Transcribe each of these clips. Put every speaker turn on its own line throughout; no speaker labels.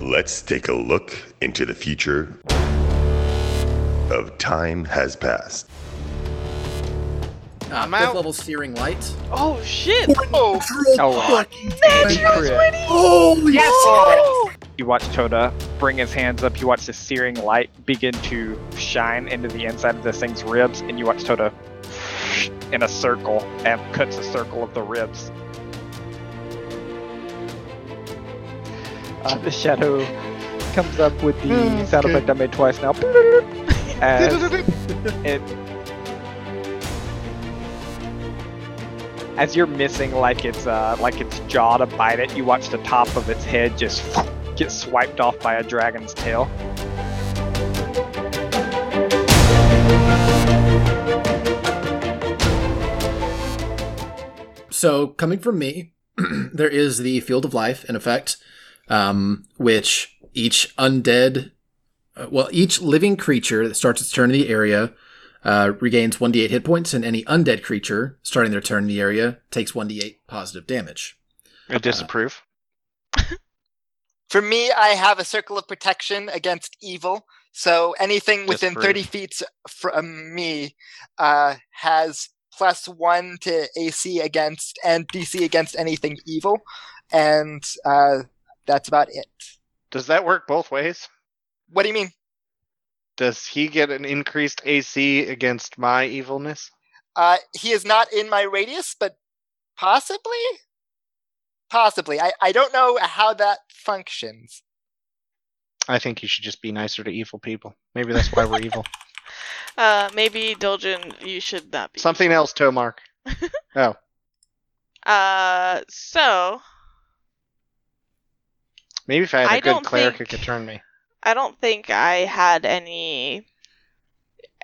Let's take a look into the future of time has passed.
Uh,
I'm
fifth
out.
level steering light.
Oh shit! Oh,
Oh,
natural
crit.
twenty.
Oh
Yes. Oh.
You watch Toda bring his hands up. You watch the searing light begin to shine into the inside of this thing's ribs, and you watch Toda in a circle and cuts a circle of the ribs. Uh, the shadow comes up with the
Hmm, Okay.
sound effect I made twice now. As it as you're missing like its uh, like its jaw to bite it, you watch the top of its head just get swiped off by a dragon's tail.
So coming from me, there is the field of life in effect, um, which each undead, uh, well, each living creature that starts its turn in the area uh, regains one d8 hit points, and any undead creature starting their turn in the area takes one d8 positive damage.
I disapprove.
For me, I have a circle of protection against evil. So anything within
Disprove.
30 feet from me uh, has plus one to AC against and DC against anything evil. And uh, that's about it.
Does that work both ways?
What do you mean?
Does he get an increased AC against my evilness?
Uh, he is not in my radius, but possibly? Possibly. I, I don't know how that functions.
I think you should just be nicer to evil people. Maybe that's why we're evil.
Uh, maybe Doljin, you should not be.
Something else, Oh, Tomar.
Uh, so
Maybe if I had a
I
good
don't
cleric,
think-
it could turn me.
I don't think I had any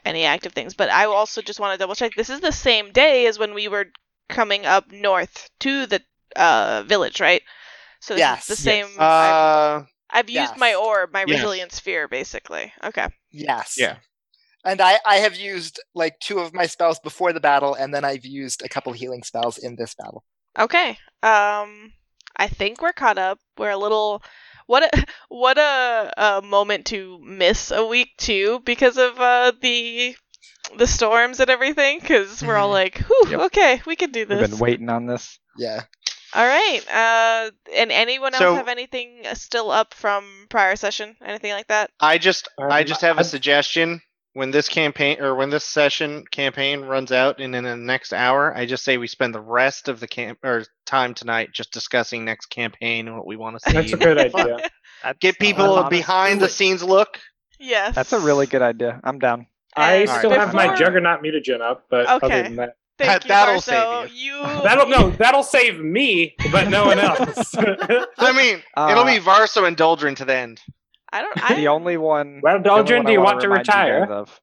any active things, but I also just want to double check. This is the same day as when we were coming up north to the uh village, right? So this
Yes.
is the same.
Yes.
I've,
Uh,
I've used my
yes.
orb, my
Yes.
resilient sphere, basically. Okay.
Yes.
Yeah.
And I, I have used like two of my spells before the battle, and then I've used a couple healing spells in this battle.
Okay. Um, I think we're caught up. We're a little. What a what a, a moment to miss a week too because of uh, the the storms and everything. Because we're all
Mhm.
like, "Whew,
Yep.
okay, we can do
We've been
this."
waiting on this.
Yeah.
all right. Uh, and anyone else
So-
have anything uh, still up from prior session? Anything like that?
I just, I
Um,
just have a
I'd-
suggestion. When this campaign or when this session campaign runs out, and in the next hour, I just say we spend the rest of the camp or time tonight just discussing next campaign and what we want to see.
That's a good idea.
Get people a behind the scenes look.
Yes.
That's a really good idea. I'm down.
I
And
Alright,
still have my
before-
Juggernaut mutagen up, but
Okay.
other than that,
Thank
That-
you,
that'll
Marceau.
save
you.
that'll no, that'll save me, but no one else.
I mean, it'll be Varso and Doldrin to the end.
I don't.
The
I,
only one.
well,
the only
Doldrin,
one
do
I
you
wanna
want to
remind you guys
retire?
of-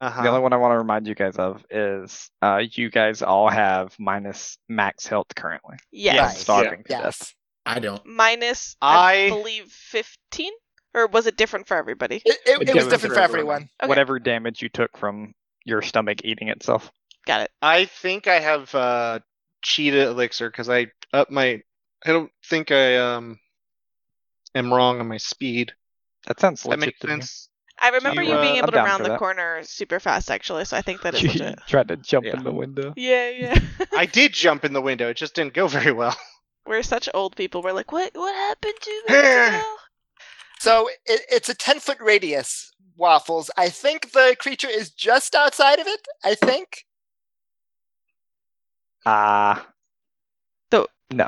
Uh-huh.
The only one I want to remind you guys of is uh, you guys all have minus max health currently.
yes.
Right.
Starving to death.
Yes.
I don't.
minus I,
I-
believe 15 or was it different for everybody?
It, it, it was
Different
different
for
for everyone.
Okay.
Whatever damage you took from your stomach eating itself.
Got it.
I think I have uh, cheetah elixir because I up my. I don't think I um am wrong on my speed.
That sounds
That
legit.
makes
to me.
sense.
I remember
you,
you, being
uh,
able
I'm
to
down
round
for
the
that.
corner super fast actually, so I think that is
You
legit.
tried to jump
Yeah.
in the window.
Yeah, yeah.
I did jump in the window. It just didn't go very well.
We're such old people. We're like, "What what happened to Mexico?"
So it, it's a 10 foot radius, Waffles. I think the creature is just outside of it. I think.
Ah.
So-
no.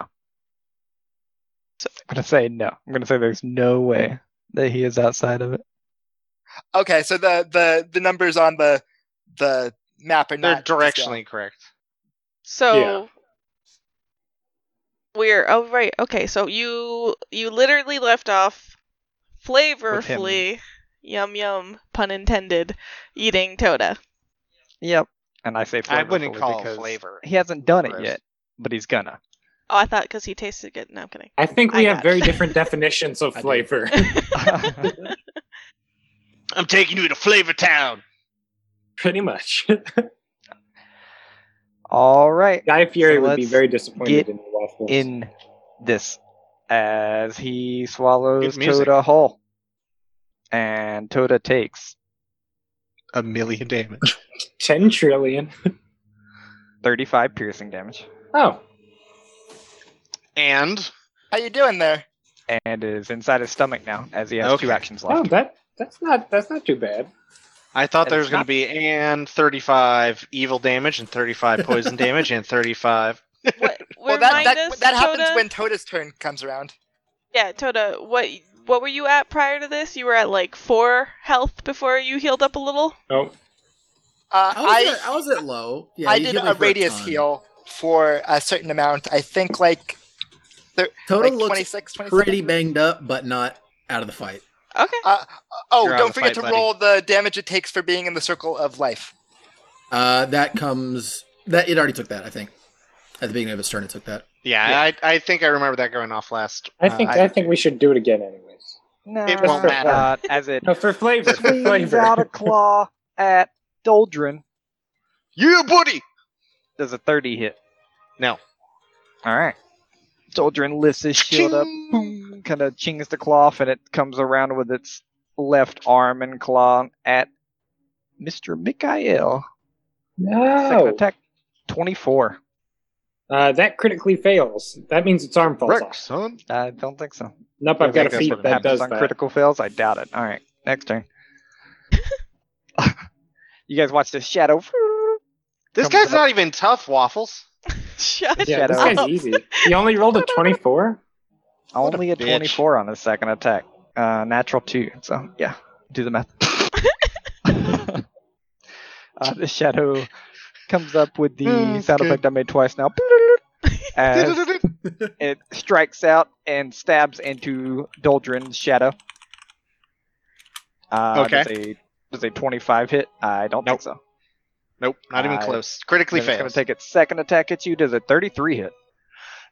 I'm gonna say no. I'm gonna say there's no way that he is outside of it.
Okay. So the, the, the numbers on the, the map are
They're
not.
directionally correct.
So We're oh right. Okay, so you you literally left off
him.
flavorfully yum yum pun intended eating Toda.
Yep. And I say
I wouldn't
flavorfully
call it
because
flavor.
He hasn't done it
Gross.
yet, but he's gonna.
Oh, I thought cuz he tasted good. No, I'm kidding.
I think we
I
have
got
very
it.
different definitions of
I do.
flavor.
I'm taking you to Flavor Town.
Pretty much.
All right.
Guy Fieri
So
would be
let's
very disappointed
get
in the waffles.
in this as he swallows
Good music.
Toda whole. And Toda takes
A million damage.
10 trillion.
35 piercing damage
Oh.
And
How you doing there?
and is inside his stomach now as he has two
Okay.
actions
Oh,
left.
that that's not that's not too bad.
I thought
And
there
it's
was going
not-
to be and 35 evil damage and 35 poison damage and 35.
What,
Well, that
remind
that,
us,
that happens
Toda-
when Toda's turn comes around.
Yeah, Toda, what what were you at prior to this? You were at like four health before you healed up a little.
Oh,
Uh,
I was,
I
at, I was at low. Yeah,
I
you
did
healed me
a
for
radius
ton.
heal for a certain amount. I think like
Total
like
looks
26, 27.
pretty banged up, but not out of the fight.
Okay.
Uh, oh,
You're out of
don't
the
forget
fight,
to
buddy.
roll the damage it takes for being in the circle of life.
Uh, that comes that it already took that. I think at the beginning of its turn, it took that.
Yeah, I, I think I remember that going off last.
I think
uh,
I, think we should do it again anyways.
No,
It won't matter.
Uh, as it
No, for flavor, for
swings
flavor.
out a claw at Doldrin.
yeah, buddy!
Does a 30 hit?
No.
All right. Doldrin lifts his shield up,
Ching!
boom, kind of chings the claw off, and it comes around with its left arm and claw at Mr. Mikhail. Second
no.
attack, 24.
Uh, that critically fails. That means its arm falls
Rick,
off.
son.
I don't think so.
Nope,
I
I've got a
think that's
feat
what
that
happens
does
on
that.
critical fails? I doubt it. All right, next turn. you guys watch this shadow.
This
Comes
guy's
up.
not even tough, Waffles.
Shut
Yeah, this
Shadow.
guy's easy. He only rolled a twenty-four.
What a
Only a,
bitch.
24 on his second attack. Uh, natural 2. So, yeah, do the math. uh, the shadow comes up with the
Mm,
sound
good.
effect I made twice now. As it strikes out and stabs into Doldrin's shadow. Uh,
Okay.
Does a, does a 25 hit? I don't think so.
nope, not even
I-
close. Critically
Then it's going
fails.
to take its second attack at you. Does a 33 hit?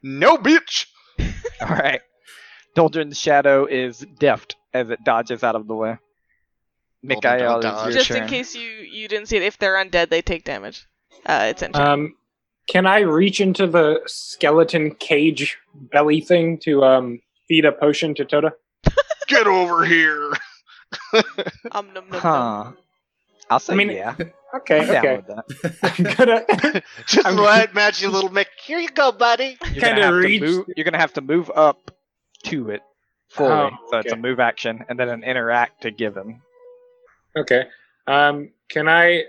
No, bitch!
All right. Doldrin's shadow is deft as it dodges out of the way.
Hold on,
Mikhail,
don't
is your
dodge.
Just
turn.
in case you you didn't see it, if they're undead, they take damage. Uh, it's in turn.
Um, can I reach into the skeleton cage belly thing to um feed a potion to Toda?
Get over here!
um, num, num, num.
Huh. I'll say
I mean,
yeah.
Okay,
I'm down
okay.
with that.
I'm gonna
Just
I'm-
let Magic Little Mick. Here you go, buddy!
You're
Kinda
gonna, have to
reached-
move, you're gonna have to move up to it fully.
Oh,
So it's a
okay.
move action and then an interact to give him.
Okay. Um, can I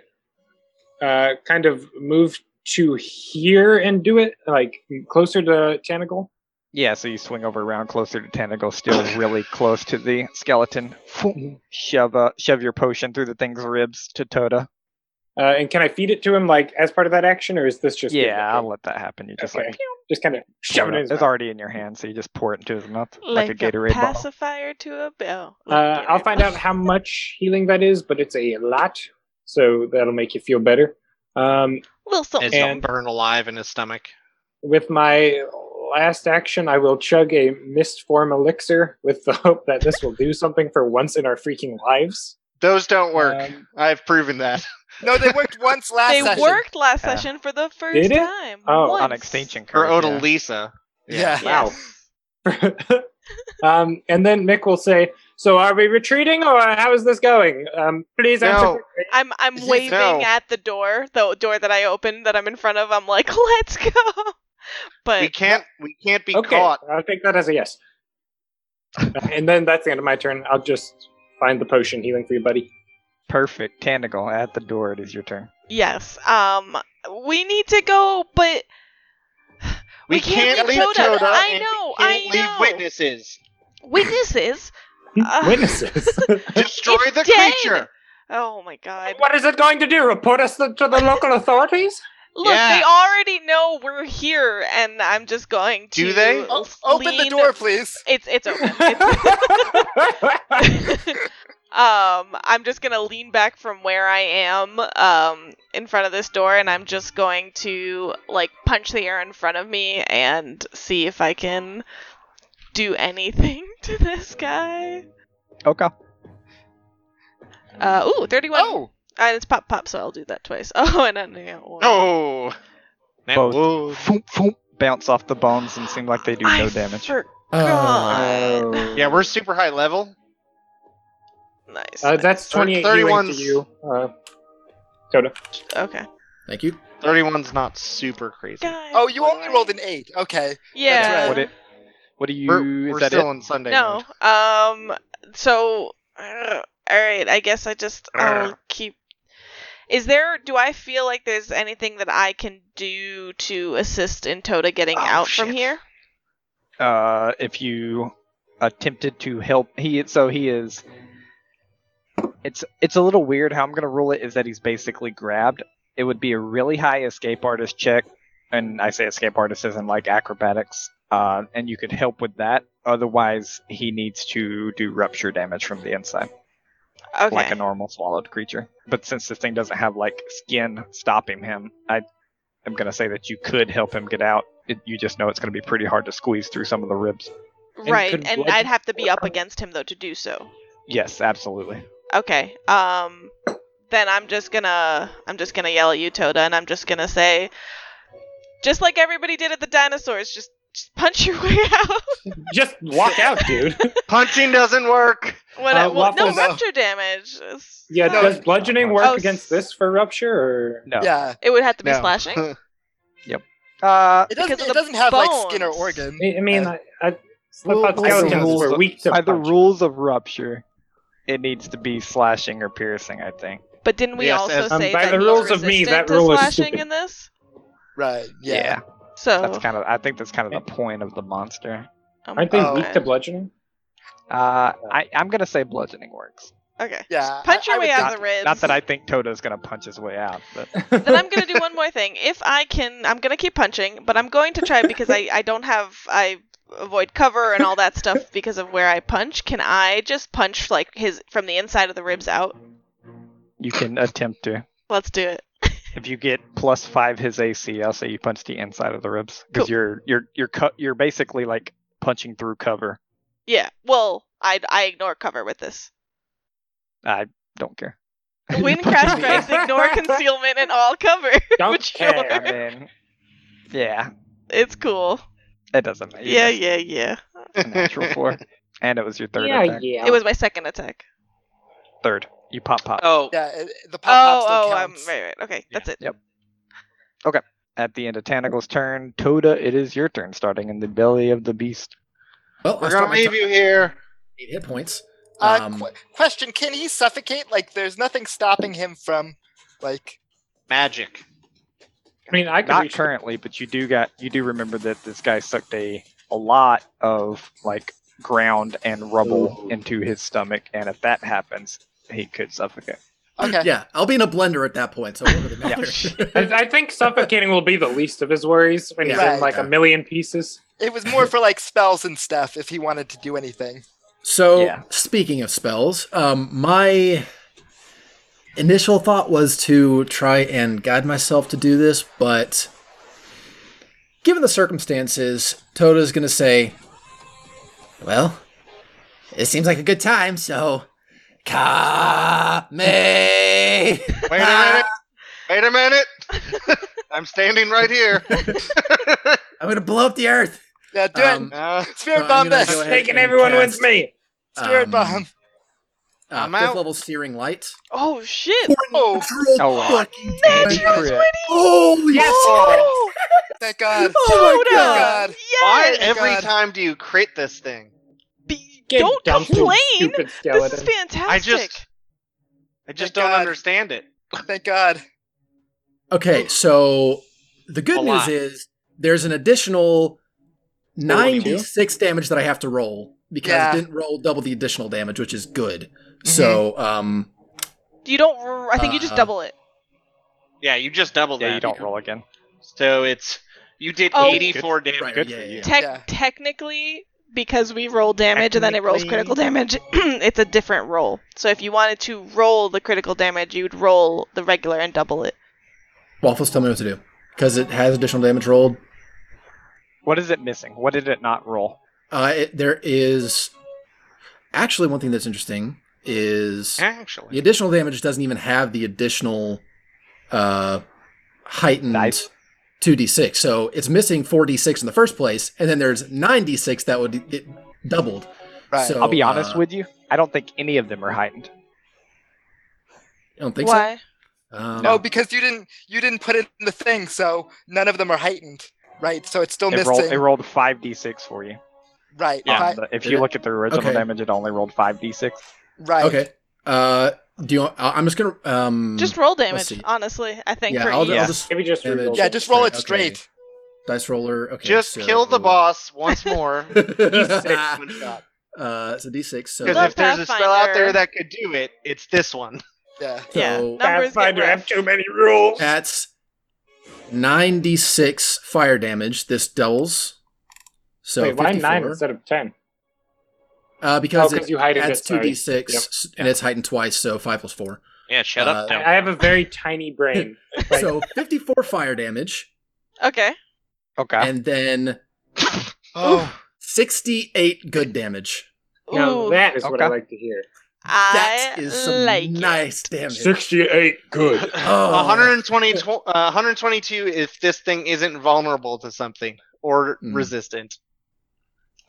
uh, kind of move to here and do it, like closer to Tanagle?
Yeah, so you swing over around closer to Tentacle, still really close to the skeleton.
Mm-hmm.
Shove uh, shove your potion through the thing's ribs to Toda.
Uh, and can I feed it to him, like as part of that action, or is this just
yeah, I'll let that happen. You just
Okay.
like pew,
just kind of shove
pour it
it in
up.
his
It's
mouth.
already in your hand, so you just pour it into his mouth like,
Like,
a Gatorade bottle.
pacifier to a bell.
Uh, I'll find out how much healing that is, but it's a lot, so that'll make you feel better. Um,
Little
As
something.
he'll
And-
burn alive in his stomach.
with my last action, I will chug a mist form elixir with the hope that this will do something for once in our freaking lives.
Those don't work.
Um,
I've proven that.
No, they worked once last
They
session.
worked last
Yeah.
session for the first
Uh, Did it?
time.
Oh.
once.
on extinction
Or
curve. yeah.
Odalisa.
Yeah.
Wow.
Yes.
um, and then Mick will say, "So are we retreating, or how is this going? Um, please answer."
No.
quickly."
I'm I'm
Yes,
waving
no.
at the door, the door that I opened that I'm in front of. I'm like, let's go. But
We can't. We can't be
Okay,
caught.
I'll take that as a yes. and then that's the end of my turn. I'll just find the potion healing for you, buddy.
Perfect. Tandigal at the door. It is your turn.
yes, um, we need to go. But
We,
We can't
can't,
leave
leave
Toda.
Toda.
I
and
know,
We can't
I
leave
know.
witnesses.
witnesses. Uh,
Witnesses.
Destroy
It's
the
dead.
creature.
Oh my god.
what is it going to do? Report us to to the local authorities?
Look,
Yeah.
they already know we're here, and I'm just going to.
Do they?
O- open the
lean-
door, please.
It's it's open. It's- um, I'm just gonna lean back from where I am, um, in front of this door, and I'm just going to like punch the air in front of me and see if I can do anything to this guy.
Okay.
Uh, ooh, 31.
Oh.
And it's pop pop, so I'll do that twice. Oh, and then yeah, one.
Oh. That
Both.
would-
Foom, foom, bounce off the bones and seem like they do
I
no damage.
forgot
Uh,
God.
Yeah, we're super high level.
Nice.
Uh, that's
Thir-
28 31 to
31's
you. Uh, Coda.
okay.
thank you.
31's not super crazy.
Guys,
Oh, you only
why?
rolled an eight. Okay.
Yeah.
right.
What, it, what do you?
We're,
is
we're
that
still
it?
on Sunday.
No.
mode.
Um. So. uh, all right. I guess I just. I'll keep. Is there? Do I feel like there's anything that I can do to assist in Toda getting
Oh,
out from
shit.
here?
Uh, if you attempted to help, he so he is. It's it's a little weird how I'm gonna rule it is that he's basically grabbed. It would be a really high escape artist check, and I say escape artist isn't like acrobatics. Uh, and you could help with that. Otherwise, he needs to do rupture damage from the inside.
Okay.
like a normal swallowed creature. But since this thing doesn't have like skin stopping him, I am gonna say that you could help him get out. It, you just know it's gonna be pretty hard to squeeze through some of the ribs. and
right.
could
and
bludgeon-
I'd have to be up against him though to do so.
Yes, absolutely.
Okay. Um then I'm just gonna I'm just gonna yell at you, Toda, and I'm just gonna say just like everybody did at the dinosaurs, just, just punch your way out.
Just walk out, dude.
Punching doesn't work.
what
Uh,
well, no
Waffles-
rupture damage. It's-
yeah,
no,
does bludgeoning work
Oh, s-
against this for rupture? Or...
No.
Yeah.
it would have to be
No.
slashing.
Uh,
It doesn't.
Because of
It
the
doesn't have like skin or
bones.
organ.
I I mean, I, I,
Well,
I thought
by the
skeletons
rules
were
of-
weak to
by the
punch.
rules of rupture, it needs to be slashing or piercing. I think.
But didn't we
Yes,
also
as-
Um,
say
by
that
the
he's
rules of me, that
resistant to
rule is
slashing
stupid.
in this?
Right. Yeah.
So
That's kind of. I think that's kind of the point of the monster.
oh my
Aren't they
Oh.
weak
God.
to bludgeoning?
Uh, I, I'm gonna say bludgeoning works.
Okay.
Yeah,
Just punch
I-
your
I
way
would
out
not,
of the ribs.
not that I think Toda's gonna punch his way out, but
then I'm gonna do one more thing. If I can, I'm gonna keep punching, but I'm going to try because I I don't have I avoid cover and all that stuff because of where I punch. Can I just punch like his from the inside of the ribs out?
you can attempt to.
Let's do it.
If you get plus five his AC, I'll say you punch the inside of the ribs because
Cool.
you're you're you're cu- you're basically like punching through cover.
Yeah. Well, I I ignore cover with this.
I don't care.
Win crash strikes, ignore concealment, and all cover.
Don't
Which
care.
one?
I mean, yeah,
It's cool.
it doesn't matter.
Yeah,
It's
yeah, yeah.
a natural four, and it was your third
yeah,
attack.
yeah.
It was my second attack.
Third, you pop pop
Oh,
Yeah. it- The pop
Oh,
pop
oh,
still
um,
counts.
right, right. Okay, that's it.
Yep. Okay. At the end of Tanagal's turn, Toda, it is your turn, starting in the belly of the beast.
Well,
we're
I'll start
gonna
my
leave
turn.
you here.
Eight hit points.
Uh,
Um,
qu- question: Can he suffocate? Like, there's nothing stopping him from, like,
Magic.
I mean, I could
Not
reach
currently, but you do got you do remember that this guy sucked a a lot of like ground and rubble into his stomach, and if that happens, he could suffocate.
okay.
Yeah, I'll be in a blender at that point, so it won't really matter.
I, I think suffocating will be the least of his worries when he's
Yeah.
in like a million pieces.
It was more for like spells and stuff. If he wanted to do anything.
So
Yeah.
speaking of spells, um, my initial thought was to try and guide myself to do this, but given the circumstances, Toda's gonna say, "Well, it seems like a good time, so Kame."
Wait a minute. Wait a minute. I'm standing right here.
I'm gonna blow up the earth.
Yeah, do
Um,
it.
Uh,
Spirit
so I'm
bomb
gonna
this.
go ahead
Taking
and
everyone
cast,
with me.
Spirit
um,
bomb.
Uh,
I'm
fifth
out.
level searing light.
Oh shit!
oh,
Oh, wow.
fucking
Natural
Crit.
twenty.
Holy
Yes.
shit.
Oh,
Thank God.
Oh
Toda!
my god.
God.
why
Yes!
every
God.
time do you crit this thing?
Be-
Get
don't
dumped, you
complain.
Stupid
This is
skeleton.
fantastic.
I just, I
Thank
just don't
God.
understand it.
Thank God.
Okay, so the good
A
news
lot.
is there's an additional 96 damage that I have to roll because
Yeah.
I didn't roll double the additional damage, which is good.
Mm-hmm.
So, um,
you don't. r- I think you just
Uh,
double it.
Yeah, you just doubled
Yeah,
that.
you don't roll again.
So it's you did
Oh.
84 damage.
right,
good
yeah,
for
yeah,
you.
yeah.
Tec-
Yeah.
Technically, because we roll damage and then it rolls critical damage, it's a different roll. So if you wanted to roll the critical damage, you'd roll the regular and double it.
Waffles, tell me what to do because it has additional damage rolled.
What is it missing? What did it not roll?
Uh, it, there is actually one thing that's interesting is the
Actually,
additional damage doesn't even have the additional uh, heightened
Dice?
2d6. So it's missing 4d6 in the first place, and then there's 9d6 that would get doubled.
Right.
So,
I'll be honest
uh,
with you. I don't think any of them are heightened.
I don't think
Why?
so. Um,
Oh, because you didn't you didn't put it in the thing, so none of them are heightened. Right. So it's still
It rolled,
missing.
it rolled 5d6 for you.
right.
Um,
Fi-
the- if
Did
you
it?
look at the original
Okay.
damage, it only rolled 5d6.
right.
Okay. Uh, do you? Want, I- I'm just gonna. Um,
Just roll
see.
damage, honestly. I think
yeah.
for
I'll,
each.
I'll
Yeah.
just
Maybe just
Damage.
reroll.
Yeah,
it.
just roll it
Okay.
straight.
dice roller. Okay.
Just
so-
kill the boss once more. D6 one shot.
Uh, so d6. So,
Because
Love
if there's a spell out there that could do it, it's this one.
Yeah.
yeah,
so
numbers get
Pathfinder have
rough.
too many rules.
that's 9d6 fire damage. This doubles. So
Wait, why
54.
nine instead of ten?
Uh, because
Oh, 'cause
it
you heightened
adds
it, sorry.
2d6
Yep.
and it's heightened twice, so 5 plus 4.
Yeah, shut
Uh,
up. Tim.
I have a very tiny brain. Right.
So 54 fire damage,
Okay.
Okay.
and then
Oh,
68 good damage.
now
Ooh,
that is what I
okay.
like to hear.
I
That is some
like it.
nice damage.
Sixty-eight, good.
Oh.
120, tw- uh, 122 if this thing isn't vulnerable to something or
Hmm.
resistant.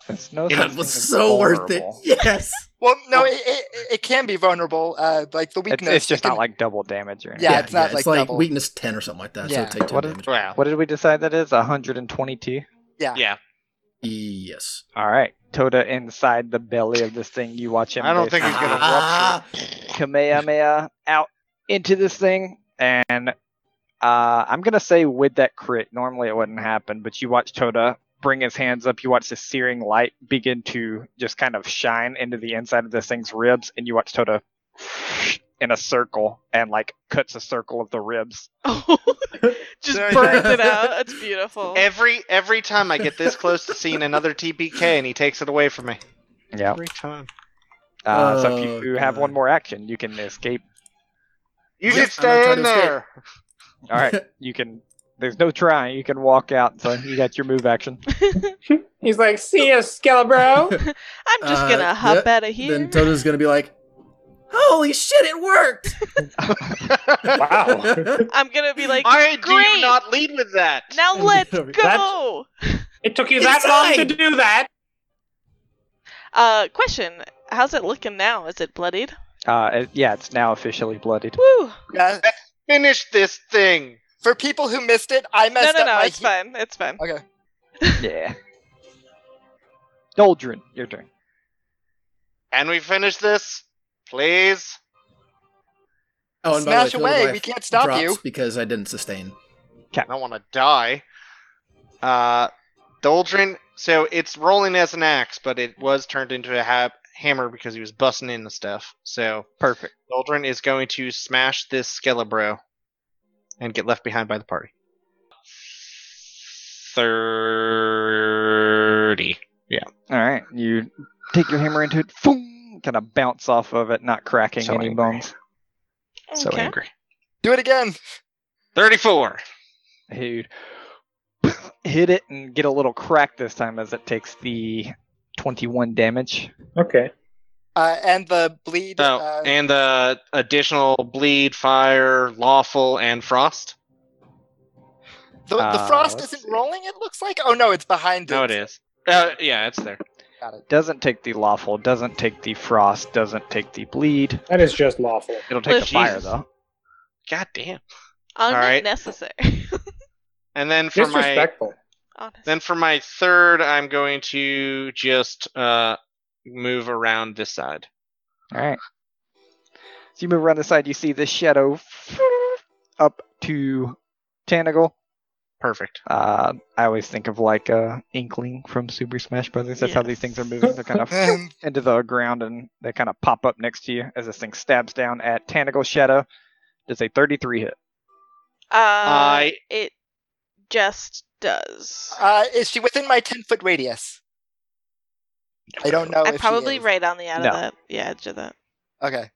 It's no such
It
thing
was
as
so worth it.
vulnerable.
Yes.
Well, no, it, it, it can be vulnerable. Uh, like the
It's,
weakness.
it's
it
just
can-
not like double damage or anything.
Yeah, it's not like
it's like
double.
weakness 10 or something like that.
Yeah.
So take 10
What is-
damage.
Wow.
What did we decide that is? 122?
Yes.
All right. Toda inside the belly of this thing. You watch him.
I don't
go
think he's
through
gonna
the
Ah.
Kamehameha out into this thing, and uh, I'm gonna say with that crit, normally it wouldn't happen, but you watch Toda bring his hands up. You watch the searing light begin to just kind of shine into the inside of this thing's ribs, and you watch Toda in a circle and like cuts a circle of the ribs.
just
Very
burns
nice.
it out. It's beautiful.
Every every time I get this close to seeing another TPK and he takes it away from me.
Yeah.
Every time.
Uh, so
Oh,
if you, you have
God.
one more action, you can escape.
You
Yes,
should
I'm gonna
stay
try
in
to escape.
there.
All right, you can. There's no trying. You can walk out. So you got your move action.
He's like, see ya, Skelebro.
I'm just
Uh,
gonna hop
yep,
out of here.
Then Toto's going to be like, holy shit, it worked.
wow.
I'm gonna be like,
Why do
great.
you not lead with that?
now
And
let's
over-
go.
It took you that long to
Inside!
do that.
Uh, question: How's it looking now? Is it bloodied?
Uh, it- yeah, it's now officially bloodied.
Woo!
Yeah.
Finish this thing.
uh, For people who missed it, I
No,
messed
no,
up
no.
my
It's
he-
fine. It's fine.
Okay.
Yeah. Doldrin, your turn.
Can we finish this? Please?
Oh, and by the way,
Smash
Field of
away,
Life
we can't stop
drops
you.
Because I didn't sustain.
I don't want to die. Uh, Doldrin. So it's rolling as an axe, but it was turned into a ha- hammer because he was busting into stuff. So
Perfect.
Doldrin is going to smash this Skelebro and get left behind by the party.
Thirty.
All right, you take your hammer into it. Boom! Kind of bounce off of it, not cracking
So
any
angry.
bones.
So
okay.
angry.
Do it again.
Thirty-four.
Dude, hit it and get a little crack this time as it takes the 21 damage.
Okay.
Uh, and the bleed.
So
uh,
and the additional bleed, fire, lawful, and frost.
the, the
uh,
frost
let's
isn't
see.
rolling. It looks like. Oh no, it's behind it.
No, it is. Uh, yeah, it's there.
Doesn't take the lawful. Doesn't take the frost. Doesn't take the bleed.
That is just lawful.
It'll take the
Oh, Jesus.
fire though.
God damn. right.
Unnecessary.
And then for my
Disrespectful.
Honest.
Then for my third, I'm going to just uh, move around this side.
All right. So you move around the side, you see this shadow up to Tanagal.
Perfect.
Uh, I always think of like uh, Inkling from Super Smash Brothers. That's how these things are moving. They're kind of
Um,
into the ground and they kind of pop up next to you as this thing stabs down at Tanagal's shadow. Does a 33 hit?
Uh,
I-
it just does.
Oh,
uh, is she within my ten foot radius? I don't know.
I'm
if she
probably
is.
right on the out
No.
of that. Yeah, edge of that.
Okay.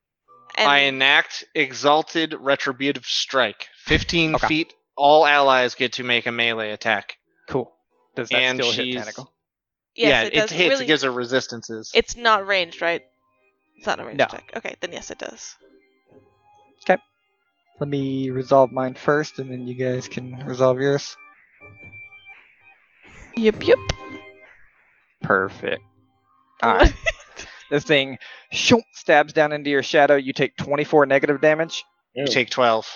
And
I enact Exalted Retributive Strike. 15
Okay.
feet. All allies get to make a melee attack.
Cool. Does that
And
still hit
she's-
Tanagal?
yes,
yeah,
it does
hits.
really.
It gives her resistances.
It's not ranged, right? It's not a ranged
No.
attack. Okay, then yes, it does.
Let me resolve mine first and then you guys can resolve yours.
Yep, yep.
Perfect. Alright. this thing shoom, stabs down into your shadow. You take 24 negative damage,
You take 12.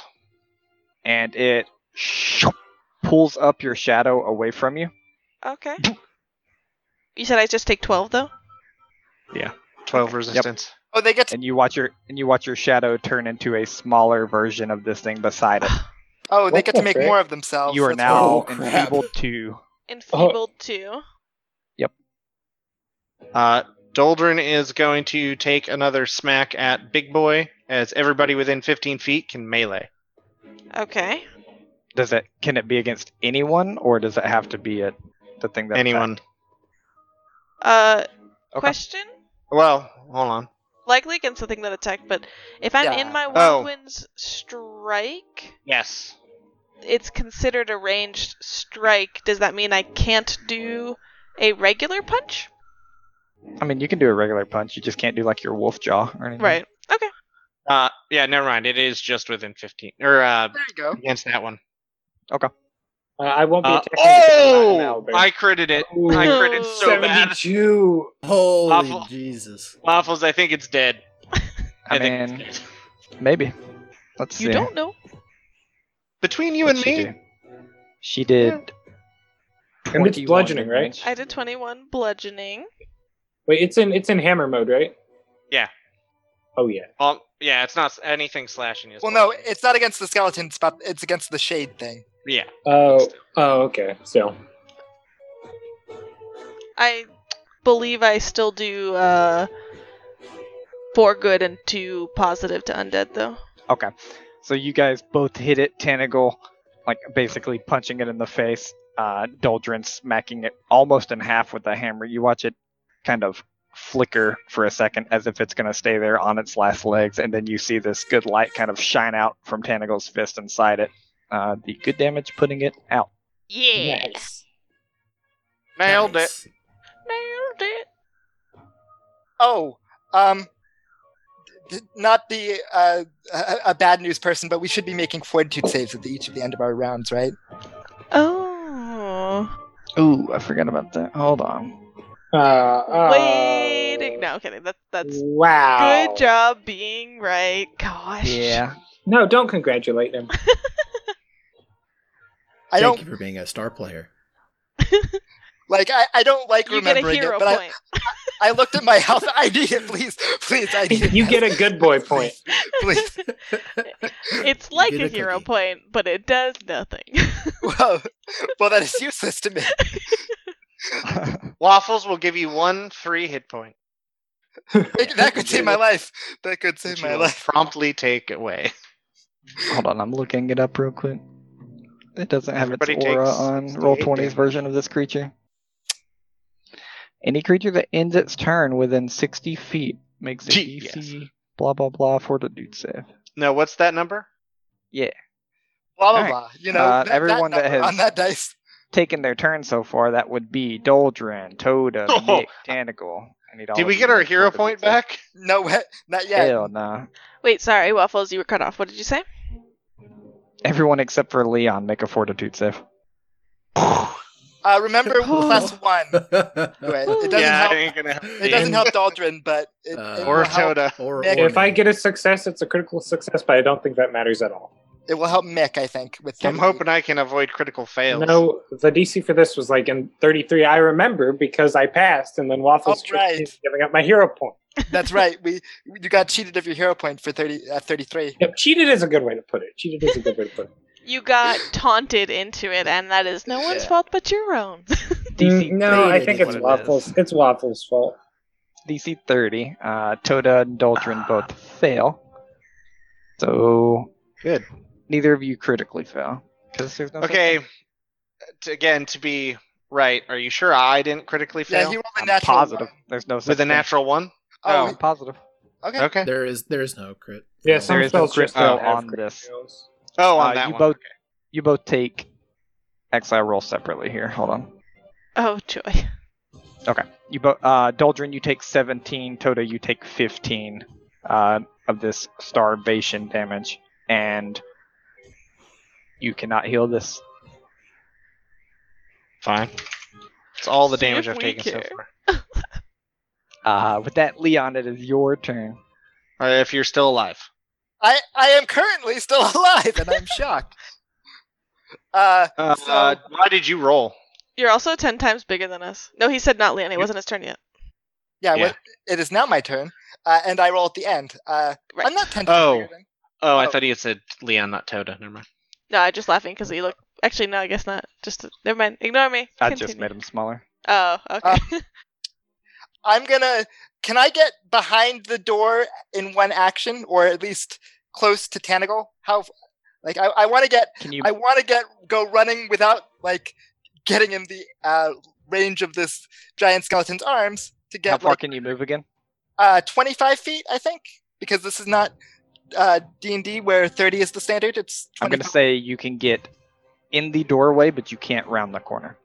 and it shoom, pulls up your shadow away from you.
Okay. You said I just take 12 though?
12 resistance.
Oh, they get to,
and you watch your and you watch your shadow turn into a smaller version of this thing beside it.
oh, they
What
get to
the
make
frick?
more of themselves.
You are
That's
now
Oh, crap.
enfeebled to
Enfeebled
Uh-huh.
too.
Uh, Doldrin is going to take another smack at Big Boy as everybody within 15 feet can melee.
Okay.
does it can it be against anyone or does it have to be it the thing that
Anyone.
attacked?
Uh,
Okay.
question?
Well, hold on.
Likely against the thing that attacked, but if I'm
Yeah.
in my
Oh.
whirlwind's strike,
Yes.
it's considered a ranged strike. Does that mean I can't do a regular punch?
I mean, you can do a regular punch. You just can't do like your wolf jaw or anything.
Right. Okay.
Uh, yeah, never mind. It is just within 15 or uh,
There you go.
against that one.
Uh, I won't be
Uh,
attacking.
oh! I critted it. I
Ooh.
critted so bad.
seventy-two.
Holy
Awful.
Jesus.
Waffles, I think it's dead.
I,
think
mean,
it's dead.
maybe. Let's
You
see.
don't know.
Between you
What'd
and
she
me,
do? She did.
And it's
21
bludgeoning, right?
damage.
I did 21 bludgeoning.
Wait, it's in it's in hammer mode, right?
Yeah.
Oh yeah.
um, yeah, it's not s- anything slashing. is
Well, no,
bludgeoning.
it's not against the skeleton. It's about it's against the shade thing.
yeah.
Oh. Oh, okay. So
I believe I still do uh four good and two positive to undead though.
Okay. So you guys both hit it, Tanagal, like basically punching it in the face. Uh, Doldrin smacking it almost in half with the hammer. You watch it kind of flicker for a second as if it's going to stay there on its last legs, and then you see this good light kind of shine out from Tanagal's fist inside it. Uh, the good damage putting it out.
Yeah.
nice.
Nailed it.
Nice.
Nailed it.
Oh, um, d- d- not the uh, a, a bad news person, but we should be making fortitude saves at the, each of the end of our rounds, right?
Oh.
Ooh, I forgot about that. Hold on.
Uh, uh, oh.
Waiting. No, I'm kidding. That, that's
Wow.
good job being right. Gosh.
Yeah.
No, don't congratulate him.
I
Thank
don't
you for being a star player.
like I, I don't like
You get a
remembering
hero
it, but
point.
I, I looked at my health. I need it, please, please. I need it.
you get a good boy point.
Please, please.
it's like
get
a,
a
hero
cookie.
point, but it does nothing.
well, well, that is useless to me.
Waffles will give you one free hit point.
That- That could save my life. That could
which
save
you
my
will
life.
Promptly take away.
Hold on, I'm looking it up real quick. It doesn't have its
Everybody
aura
takes
on roll
68
20's
damage.
version of this creature. Any creature that ends its turn within 60 feet makes a
Gee,
DC blah blah blah fortitude save.
No, what's that number?
Blah blah
Alright.
blah. You know,
Uh,
th- that
everyone that
number
has-
on that dice.
Taking their turn so far, that would be Doldrin, Totem,
Oh.
Nick, Tanagal. I need all
Did
of
we
you
get
to
our
make
hero
fortitude
point
saves.
back?
No, way- not yet.
Hell nah.
Wait, sorry, Waffles, you were cut off. What did you say?
Everyone except for Leon make a fortitude save.
Mm,
Uh, remember plus one. Anyway, it doesn't
yeah,
help.
it ain't gonna help.
It doesn't
And-
help Daldrin, but it,
Uh,
it,
Or
will help,
Toda.
Or,
Nick.
or
If I
me.
get a success, it's a critical success, but I don't think that matters at all.
it will help Mick, I think. With 30.
I'm hoping I can avoid critical fails.
No, the DC for this was like in 33. I remember because I passed, and then Waffles
Oh,
tricked me
right.
into giving up my hero point.
That's right. We you got cheated of your hero point for thirty uh, at thirty three.
Yep, cheated is a good way to put it. Cheated is a good way to put it.
You got taunted into it, and that is no one's
Yeah.
fault but your own.
Mm, no,
created
I
is
think it's
what it
Waffles. it's Waffles' fault.
DC 30. Uh, Toda and
Ah.
Doldrin both fail. So.
Good.
Neither of you critically fail. 'Cause there's no such
Okay.
thing.
t- again, to be right, are you sure I didn't critically
Yeah,
fail?
he rolled a
I'm
natural.
positive.
one.
There's no such
With a
thing.
natural one?
Oh,
I'm positive.
okay.
Okay.
There is there is no crit.
Yeah,
No.
some
There is no
spells
crit
just don't
fail
have
on
crit
this.
fails.
Oh, on
Uh,
that
you
one.
both you both take exile roll separately here. Hold on.
oh, joy.
You both uh Doldrin you take 17, Toto you take 15 uh of this starvation damage and you cannot heal this.
Fine. all the
See
damage I've
if we
taken so
care.
far.
Uh, with that, Leon, it is your turn.
All right, if you're still alive.
I, I am currently still alive, and I'm shocked. Uh,
Uh,
So-
uh, why did you roll?
You're also ten times bigger than us. No, he said not Leon. It wasn't his turn yet.
yeah,
Yeah.
What, it is now my turn, uh, and I roll at the end. Uh,
Right.
I'm not ten times
Oh.
bigger than-
Oh, I
Oh.
thought he had said Leon, not Toda. Never mind.
No, I'm just laughing because he looked. Actually, no, I guess not. Just never mind. Ignore me.
I
Continue.
just made him smaller.
Oh, okay.
Ah, I'm gonna. Can I get behind the door in one action, or at least close to Tanagal? How? Like, I, I want to get.
Can you?
I want to get go running without like getting in the uh, range of this giant skeleton's arms to
how
get
far
like
can you move again?
uh, 25 feet, I think, because this is not uh, D&D where 30 is the standard. It's
I'm
20.
gonna say you can get in the doorway, but you can't round the corner.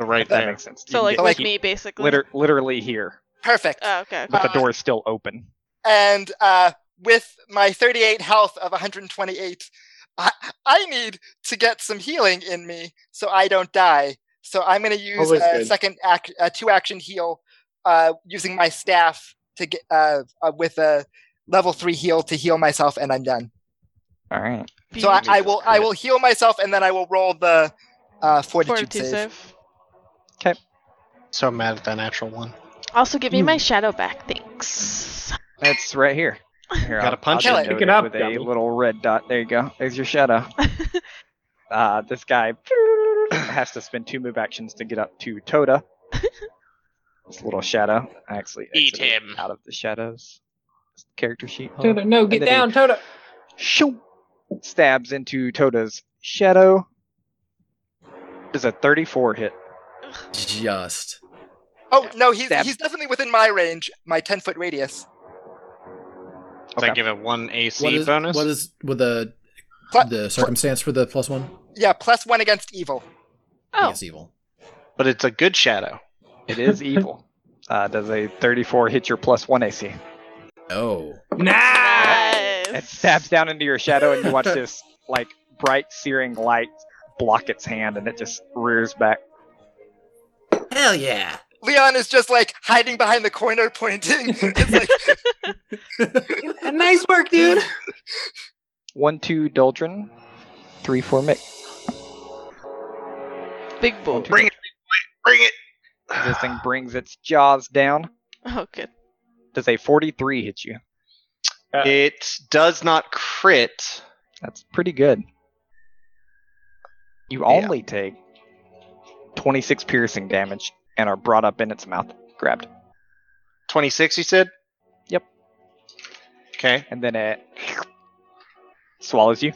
So right
If that
there.
makes sense.
so
You
oh,
like
can
like
get-
me basically.
liter- literally here,
Perfect.
Oh, okay.
but the
Uh,
door is still open.
and uh, with my 38 health of 128, I, I need to get some healing in me so I don't die. So I'm going to use
Always
a
good.
second act, a two action heal, uh, using my staff to get uh, uh, with a level three heal to heal myself, and I'm done.
All right.
Uh, So I,
Beauty.
I will I will heal myself, and then I will roll the uh, fortitude,
Fortitude
save.
save.
So mad at that natural one.
Also, give me
Hmm.
my shadow back. Thanks.
That's right here. Here,
Gotta
I'll-
punch
it.
I'll
Pick
denote
it up,
with
dummy.
a little red dot. There you go. There's your shadow. Uh, this guy has to spend two move actions to get up to Toda. This little shadow I actually
Eat
exited
him.
out of the shadows. Character sheet. Hold on.
Toda, no, get
Oh. And then
down, Toda.
Shoo! Stabs into Toda's shadow. Does a 34 hit?
Just.
Oh no, he's
Stab.
he's definitely within my range, my ten foot radius.
Does
Okay.
that give it one AC
What is,
bonus?
what is with the
Pla-
the circumstance for the plus one?
Yeah, plus one against evil.
Oh,
Yes, evil.
but it's a good shadow.
It is evil. Uh, does a 34 hit your plus one AC?
Oh.
Nah.
nice.
It stabs down into your shadow, and you watch this like bright, searing light block its hand, and it just rears back.
Hell yeah.
Leon is just like hiding behind the corner, pointing. It's like
nice work, dude.
One, two, Doldrin. Three, four, Mick.
Big
One,
boom.
two,
Bring it. Bring it.
Doldrin. This thing brings its jaws down.
Oh, good.
Does a 43 hit you?
It does not crit.
That's pretty good. You only take 26 piercing damage and are brought up in its mouth, grabbed.
26, you said?
Yep.
Okay.
And then it swallows you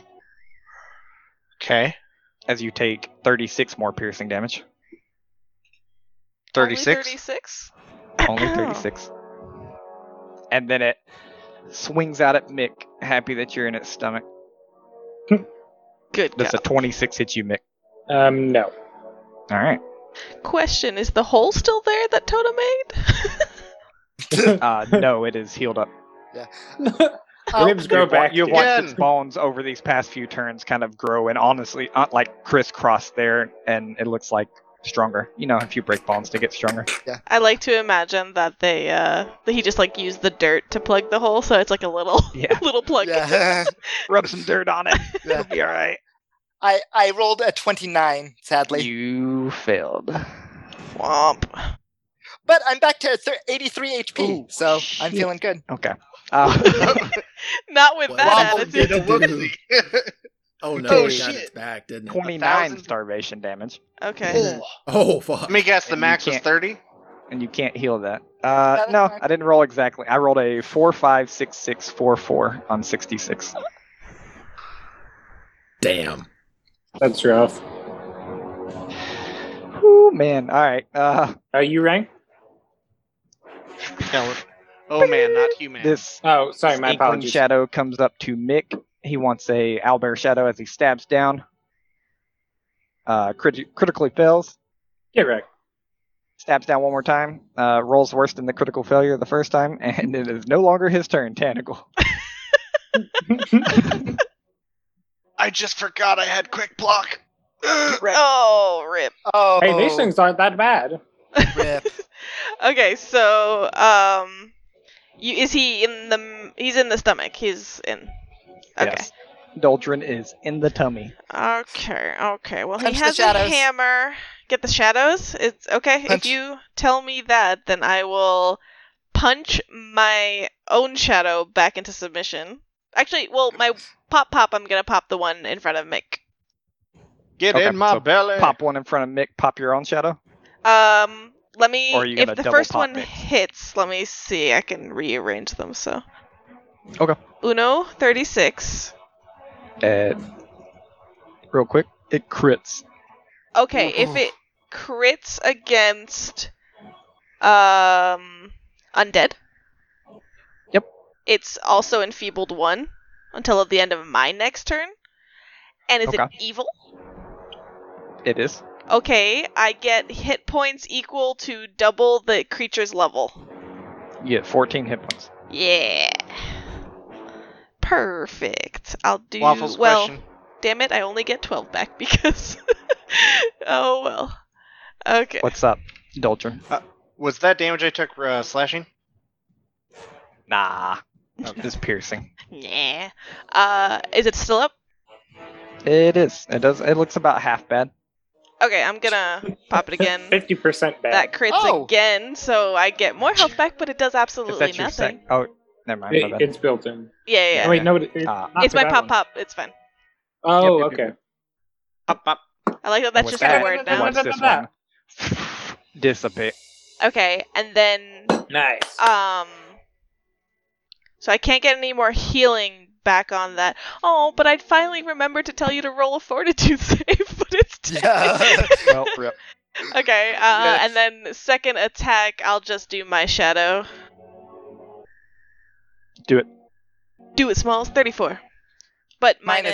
Okay.
as you take 36 more piercing damage.
Only
36.
36?
Only 36. And then it swings out at Mick, happy that you're in its stomach.
Good
Does
God.
a 26 hit you, Mick?
Um, no.
All right.
Question Is the hole still there that Tota made?
Uh, no, it is healed up. Oh,
um,
Ribs grow
You've wa-
back.
You've
dude.
watched its
Again.
bones over these past few turns kind of grow and honestly, uh, like crisscross there, and it looks like stronger. You know, if you break bones, they get stronger.
I like to imagine that they, uh, that he just, like, used the dirt to plug the hole, so it's like a little,
Yeah.
little plug.
yeah.
Rub some dirt on it.
Yeah.
It'll be all right.
I I rolled a twenty nine, sadly,
You failed.
Womp.
but I'm back to thir- eighty three HP,
Ooh,
so I'm
shit.
feeling good.
Okay. Uh,
Not with
What
that
Womp
attitude.
did
Whoopsie.
Oh no,
Oh,
we got
shit.
it back, didn't it?
29
thousand-
starvation damage,
Okay.
Oh fuck.
Let me guess, the
And you
max was
can't-
30?
and you can't heal that.
Yeah,
Uh,
that's
no,
fine.
I didn't roll exactly. I rolled a four, five, six, six, four, four on 66.
Damn.
That's rough.
Ooh, man. All right. Uh,
Uh, you rank?
Yeah, we're- oh man, not human.
this
Oh, sorry, my
Inkling
apologies.
Shadow comes up to Mick. He wants a Owlbear Shadow as he stabs down. Uh, crit- critically fails.
Get wrecked.
Stabs down one more time. Uh, rolls worse than the critical failure the first time, and it is no longer his turn. Tanagle.
I just forgot I had quick block.
oh, rip.
Oh,
Hey, these things aren't that bad.
rip.
Okay, so um, you is he in the? m- He's in the stomach. He's in. Okay.
Yes. Doldrin is in the tummy.
Okay, okay. Well,
Punch
he
the
has a
shadows.
hammer. Get the shadows. It's okay.
Punch.
If you tell me that, then I will punch my own shadow back into submission. Actually, well, my pop pop. I'm gonna pop the one in front of Mick.
Get
Okay,
in my
so
belly.
Pop one in front of Mick. Pop your own shadow.
Um, let me.
Or are you
If
gonna
the
double
first
pop
one
Mick?
hits, let me see. I can rearrange them. So.
Okay.
Uno thirty six.
Uh, real quick, it crits.
Okay, if it crits against um undead.
Yep.
It's also enfeebled one until at the end of my next turn. And is it
Okay.
evil?
It is.
Okay, I get hit points equal to double the creature's level.
You get 14 hit points.
Yeah. Perfect. I'll do
Waffles
well.
question.
Damn it, I only get 12 back because Oh well. Okay.
What's up, Doldrin?
Was that damage I took uh, slashing?
Nah. It's Oh, piercing.
Nah. Uh, is it still up?
It is. It does. It looks about half bad.
Okay, I'm gonna pop it again.
Fifty percent bad.
That crits
Oh.
again, so I get more health back, but it does
If
absolutely
that's your
nothing.
sec. Oh, never mind. my
It-
bad.
it's built in.
Yeah, yeah.
Oh, wait, no, it, it-
Ah.
not
it's
for
my
that
pop
one.
pop. It's fine.
Oh,
Yep, yep,
okay.
yep,
Pop, pop.
I like that. That's your
What's
favorite
that?
word
Watch
now.
this one. Dissipate.
Okay, and then
Nice.
um, so I can't get any more healing back on that. Oh, but I finally remembered to tell you to roll a fortitude save, but it's dead.
Yeah.
Well,
okay, uh, and then second attack, I'll just do my shadow.
Do it.
Do it, Smalls. Thirty-four. But
Minus-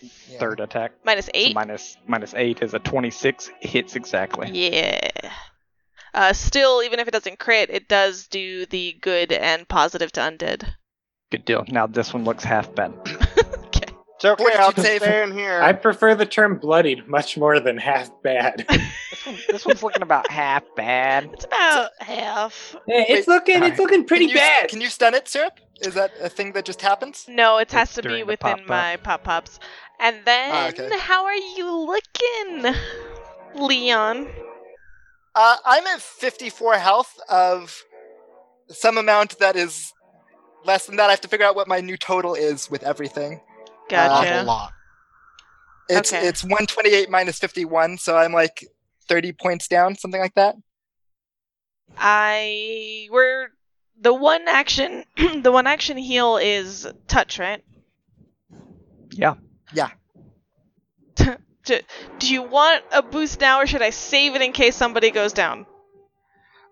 minus
Yeah.
third attack.
minus
So
eight.
minus minus eight is a 26. Hits exactly.
Yeah. Uh, still, even if it doesn't crit, it does do the good and positive to undead.
Good deal. Now this one looks half bad.
It's okay.
Fortitude
I'll just
save.
stay in here.
I prefer the term bloodied much more than half bad. Eh,
this one's looking about half bad.
It's about half.
it's
Wait.
looking
Alright.
it's looking pretty
can you,
bad.
Can you stun it, Syrup? Is that a thing that just happens?
No, it has
It's
to be
during the
within
pop-up.
my pop pops. And then,
Ah, okay.
how are you looking, Leon?
Uh, I'm at 54 health of some amount that is less than that. I have to figure out what my new total is with everything.
Uh,
Gotcha.
lot.
It's
Okay.
it's 128 minus 51, so I'm like 30 points down, something like that.
I we're the one action the one action heal is touch, right?
Yeah.
Yeah.
do, do you want a boost now or should I save it in case somebody goes down?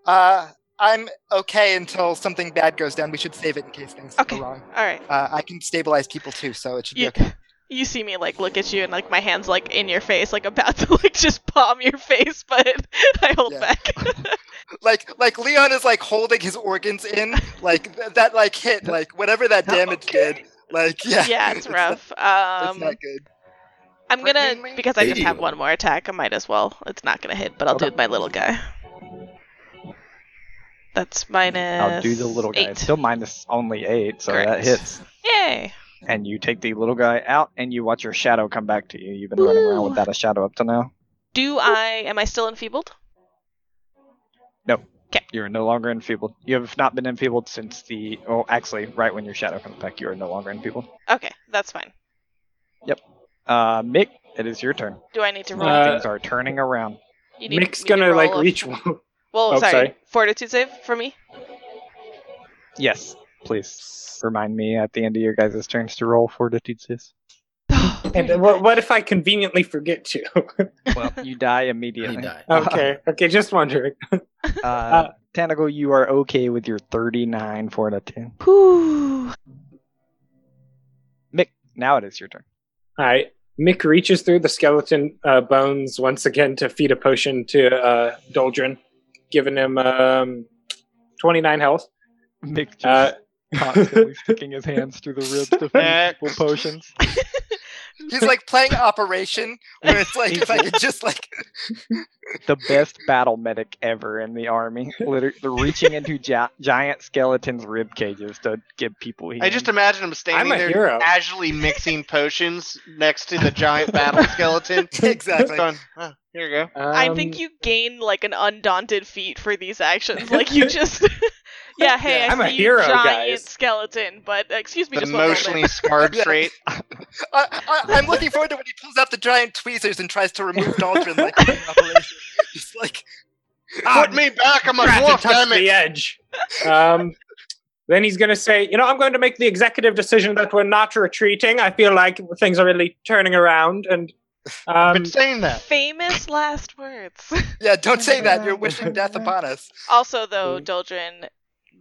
Uh, I'm okay until something bad goes down. We should save it in case things
Okay.
go wrong.
All right.
Uh, I can stabilize people too, so it should be
You,
okay.
you see me like look at you and like my hands like in your face like about to like just palm your face, but I hold
Yeah.
back.
Like like Leon is like holding his organs in, like th- that like hit, like whatever that damage did, like yeah.
yeah, it's
not-
rough.
It's
Um
not good.
I'm gonna
Threatening me?
because I just have
Ew.
one more attack. I might as well. It's not gonna hit, but I'll do
Okay.
it with my little guy. That's minus.
I'll do the little guy.
eight.
It's still minus only eight, so that
Correct.
hits.
Yay!
And you take the little guy out, and you watch your shadow come back to you. You've been running around
Woo.
without a shadow up to now.
Do I? Am I still enfeebled?
You are no longer enfeebled. You have not been enfeebled since the. Oh, actually, right when your shadow comes back, you are no longer enfeebled.
Okay, that's fine.
Uh, Mick, it is your turn.
Do I need to roll?
Uh,
Things are turning around.
you need
Mick's
me to
gonna like
roll a-
reach one.
Well,
oh,
sorry.
sorry.
Fortitude save for me.
Yes, please remind me at the end of your guys' turns to roll fortitude saves.
And then what, what if I conveniently forget to?
Well, you die
You
immediately.
die.
okay, okay, just wondering.
Uh, Tentacle, you are okay with your 39 fortitude.
Whew.
Mick, now it is your turn.
All right. Mick reaches through the skeleton uh, bones once again to feed a potion to uh, Doldrin, giving him um, 29 health.
Mick just
Uh,
constantly sticking his hands through the ribs to find
Next.
people potions.
He's like playing Operation, where it's like if I could just like
the best battle medic ever in the army. Literally, they're reaching into gi- giant skeletons' rib cages to give people healing.
I just imagine him standing
I'm a
there
hero.
casually mixing potions next to the giant battle skeleton.
exactly.
Going, "Oh, here you go.
um,
I think you gain like an undaunted feat for these actions. Like you just, yeah. Hey, I
I'm a
see
hero,
you giant
guys.
skeleton, but excuse me,
The
just one moment.
emotionally scarred
Yeah.
trait.
I, I, I'm looking forward to when he pulls out the giant tweezers and tries to remove Daltrin like in Operation. Just like
Put me back, I'm a
Rat
dwarf,
to touch
damn
the
Ah, it!
edge. Um, then he's going to say, you know, I'm going to make the executive decision that we're not retreating. I feel like things are really turning around, and
I've
um,
been saying that.
Famous last words.
yeah, don't say that. You're wishing death upon us.
also, though,
Mhm.
Doldrin,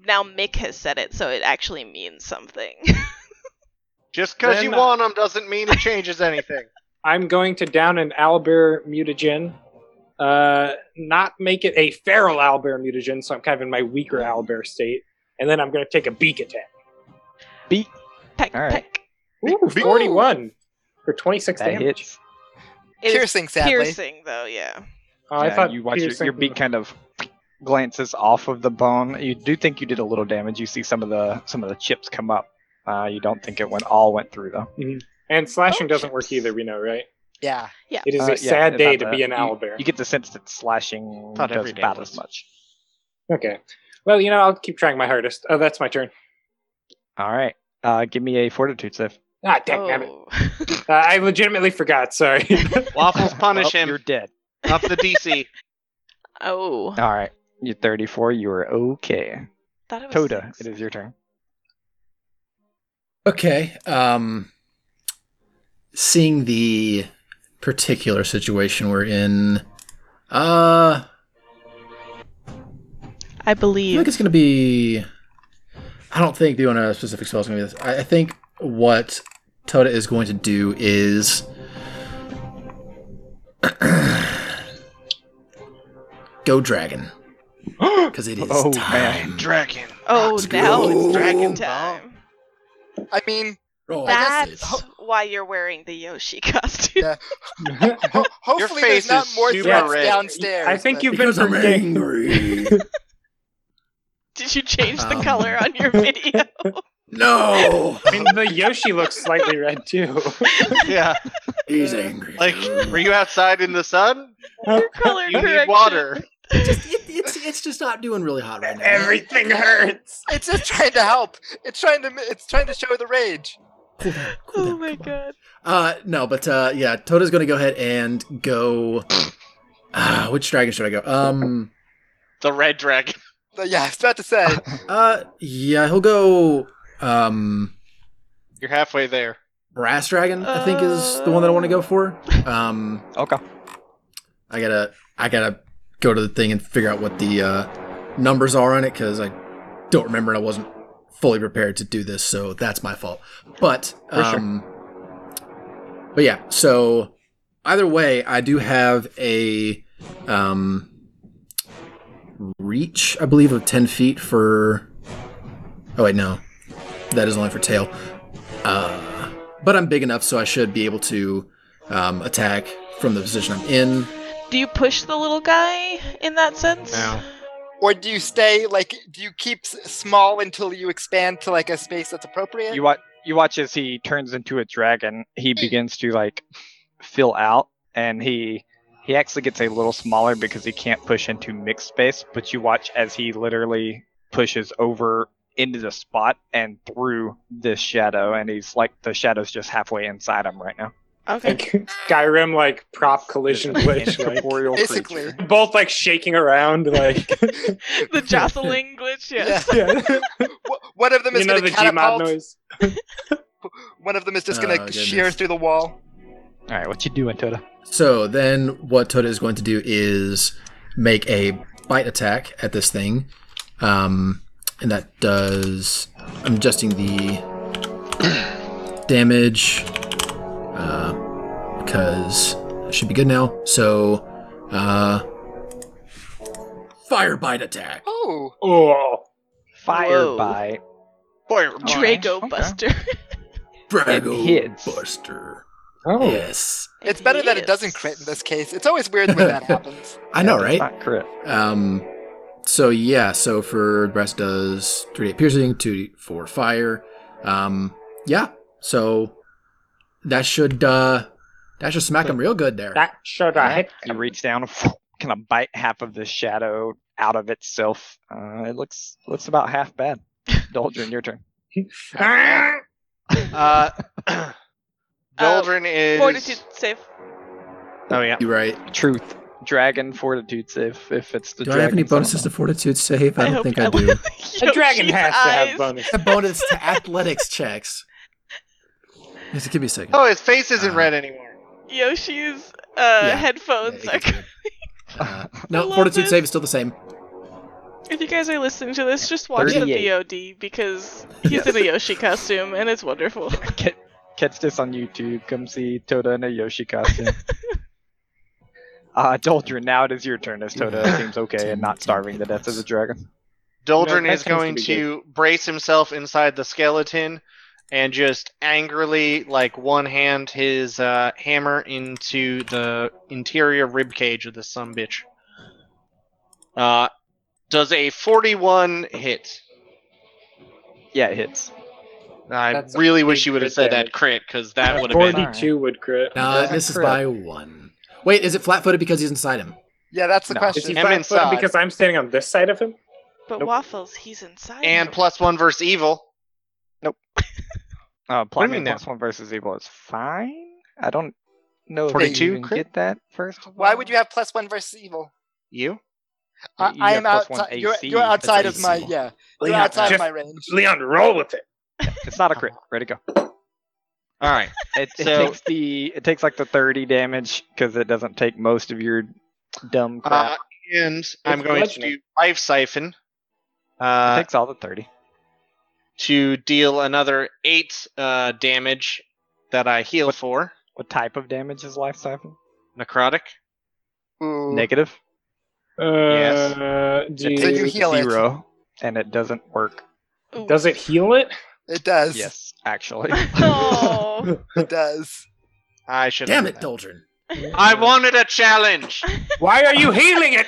now Mick has said it, so it actually means something.
Just because
Then,
you
uh,
want them doesn't mean it changes anything.
I'm going to down an owlbear mutagen. Uh, not make it a feral owlbear mutagen, so I'm kind of in my weaker owlbear state. And then I'm going to take a beak attack.
beat
peck
All right.
peck.
Ooh, 41 for 26
that
damage.
hits.
It is
Piercing, sadly.
Piercing, though, yeah.
Oh, I
Yeah,
thought
you watch your,
piercing-
your beak kind of glances off of the bone. You do think you did a little damage. You see some of the some of the chips come up. Uh, you don't think it went all went through though.
And slashing
Oh,
doesn't work
chips.
either, we know, right?
Yeah.
It is
Uh,
a
yeah,
sad
about
day to
that.
be an
You-
owlbear.
You get the sense that slashing
Thought
does
every day
about
was.
as much.
Okay. Well, you know, I'll keep trying my hardest. Oh, that's my turn.
All right, uh, give me a fortitude save.
Ah, damn it.
Oh.
Uh, I legitimately forgot. Sorry.
Waffles punish
Well,
him.
Oh, You're dead.
Up the DC.
oh.
All right, you're 34. You are okay.
Thought it was
Toda,
six.
it is your turn.
Okay. Um, seeing the particular situation we're in, uh,
I
I
believe.
think it's going to be. I don't think doing a specific spell is going to be this. I, I think what Toda is going to do is. go dragon. Because it is
Oh,
time.
man.
Dragon.
Oh,
Let's
now
go.
it's
Dragon
dragon
Ball.
time.
I mean,
Oh, I guess
That's
it's-
why you're wearing the Yoshi costume.
Yeah. ho- hopefully
face
there's not
is
more
super
threats
red.
downstairs.
I think
but-
you've been
because I'm
forgetting.
angry.
Did you change the
Um.
color on your video?
no,
I mean, the Yoshi looks slightly red too.
Yeah.
he's angry.
Like, were you outside in the sun?
Your color
You
correction.
need water.
Just- it- it's it's just not doing really hot right now.
Everything hurts.
it's just trying to help. It's trying to m- it's trying to show the rage.
Cool down, cool
Oh
down, come
my
on.
god.
Uh, no, but uh, yeah, Toda's gonna go ahead and go. Ah, which dragon should I go? Um,
The red dragon.
But yeah, I was about to say.
uh, yeah, he'll go. Um,
You're halfway there.
brass dragon. I think is the one that I want to go for. Um,
Okay.
I gotta, I gotta go to the thing and figure out what the uh, numbers are on it because I don't remember and I wasn't fully prepared to do this, so that's my fault. But,
For sure.
um, but yeah. So either way, I do have a um, reach, I believe, of ten feet for. Oh wait, no, that is only for tail. Uh, but I'm big enough, so I should be able to um, attack from the position I'm in.
Do you push the little guy in that sense?
No.
Or do you stay like do you keep s- small until you expand to like a space that's appropriate?
You watch. You watch as he turns into a dragon. He
Hmm.
begins to like fill out, and he he actually gets a little smaller because he can't push into mixed space. But you watch as he literally pushes over into the spot and through this shadow, and he's like the shadow's just halfway inside him right now.
Okay.
Like Skyrim, like prop collision
Just an
glitch, like,
incorporeal
Basically.
creature.
both like shaking around, like
the jostling glitch, yes.
yeah.
Wh- one of them is
you know
going
the
to
Gmod
catapult.
noise.
One of them is just
Oh,
going to
goodness.
shear through the wall.
All right, what you doing, Toda?
So then, what Toda is going to do is make a bite attack at this thing, um, and that does. I'm adjusting the damage uh, because it should be good now. So, uh, fire bite attack.
Oh,
Oh,
Fire
Whoa.
bite.
Boy,
Draco
Okay.
Buster.
Dragon
hits.
Buster.
Oh,
Yes.
It's better that it doesn't crit in this case. It's always weird when that happens.
I know, right?
That's Not crit.
Um, so yeah, so for breast does three d piercing, two for fire. Um, yeah, so that should uh, that should smack him real good there.
that should have hit.
You reach down, kind of bite half of the shadow out of itself. Uh, it looks looks about half bad. Doldrin, your turn.
Uh, Doldrin is.
Fortitude save.
Oh yeah.
you right?
Truth. Dragon fortitude save if it's the
Do I
dragon.
have any bonuses to fortitude save? I don't
hope
think I
not.
do.
A dragon
Yoshi's
has to have
eyes.
bonus.
a bonus to athletics checks. Just give me a second.
Oh, his face isn't
Uh,
red anymore.
Yoshi's uh,
Yeah.
headphones
Yeah,
are.
it gets weird. Uh,
I
no,
love
fortitude
this.
save is still the same.
If you guys are listening to this, just watch the
38.
VOD because he's in a Yoshi costume and it's wonderful.
Ca- Catch this on YouTube. Come see Toda in a Yoshi costume. uh, Doldrin, now it is your turn as Toda seems okay and not starving to death of the dragon.
Doldrin
No, that
is
tends to
going
be
to, brace himself inside the skeleton and just angrily, like one hand, his uh, hammer into the interior rib cage of this some bitch. Uh, does a 41 hit?
Yeah, it hits.
I
That's a
really wish
big
you would have
crit
said
damage.
that crit because that would have been.
Forty-two would crit.
No,
That's
it
a
misses
crit.
Uh, by one. Wait, is it flat-footed because he's inside him?
Yeah, that's the
No.
Is he
question.
Him
flat
inside.
footed because I'm standing on this side of him?
But
Nope.
Waffles, he's inside.
And
him.
plus one versus evil.
Uh,
What do you
Plotman
mean now?
plus one versus evil is fine. I don't know if
42
you even
crit?
get that first. of
Why
all.
would you have plus one versus evil?
You?
I,
You
I
have
am
plus one
outside. You're,
AC,
you're
that's
outside of
AC.
my yeah. You're
Leon,
outside
just-
of my range.
Leon, roll with it.
It's not a crit. Ready to go.
All right.
It, it
So-
takes the it takes like the thirty damage because it doesn't take most of your dumb
Uh,
crap.
and I'm going to
bludgeoning.
do life siphon uh,
it takes all the thirty.
to deal another eight uh, damage that I heal for
What type of damage is life siphon?
necrotic.
Ooh.
Negative.
Yes.
Uh, do
It
you,
So
takes
you heal it.
zero, and it doesn't work.
Ooh.
does it heal it?
It does.
Yes, actually.
oh.
It does.
I should.
Damn it, Doldrin.
I wanted a challenge.
Why are you healing it,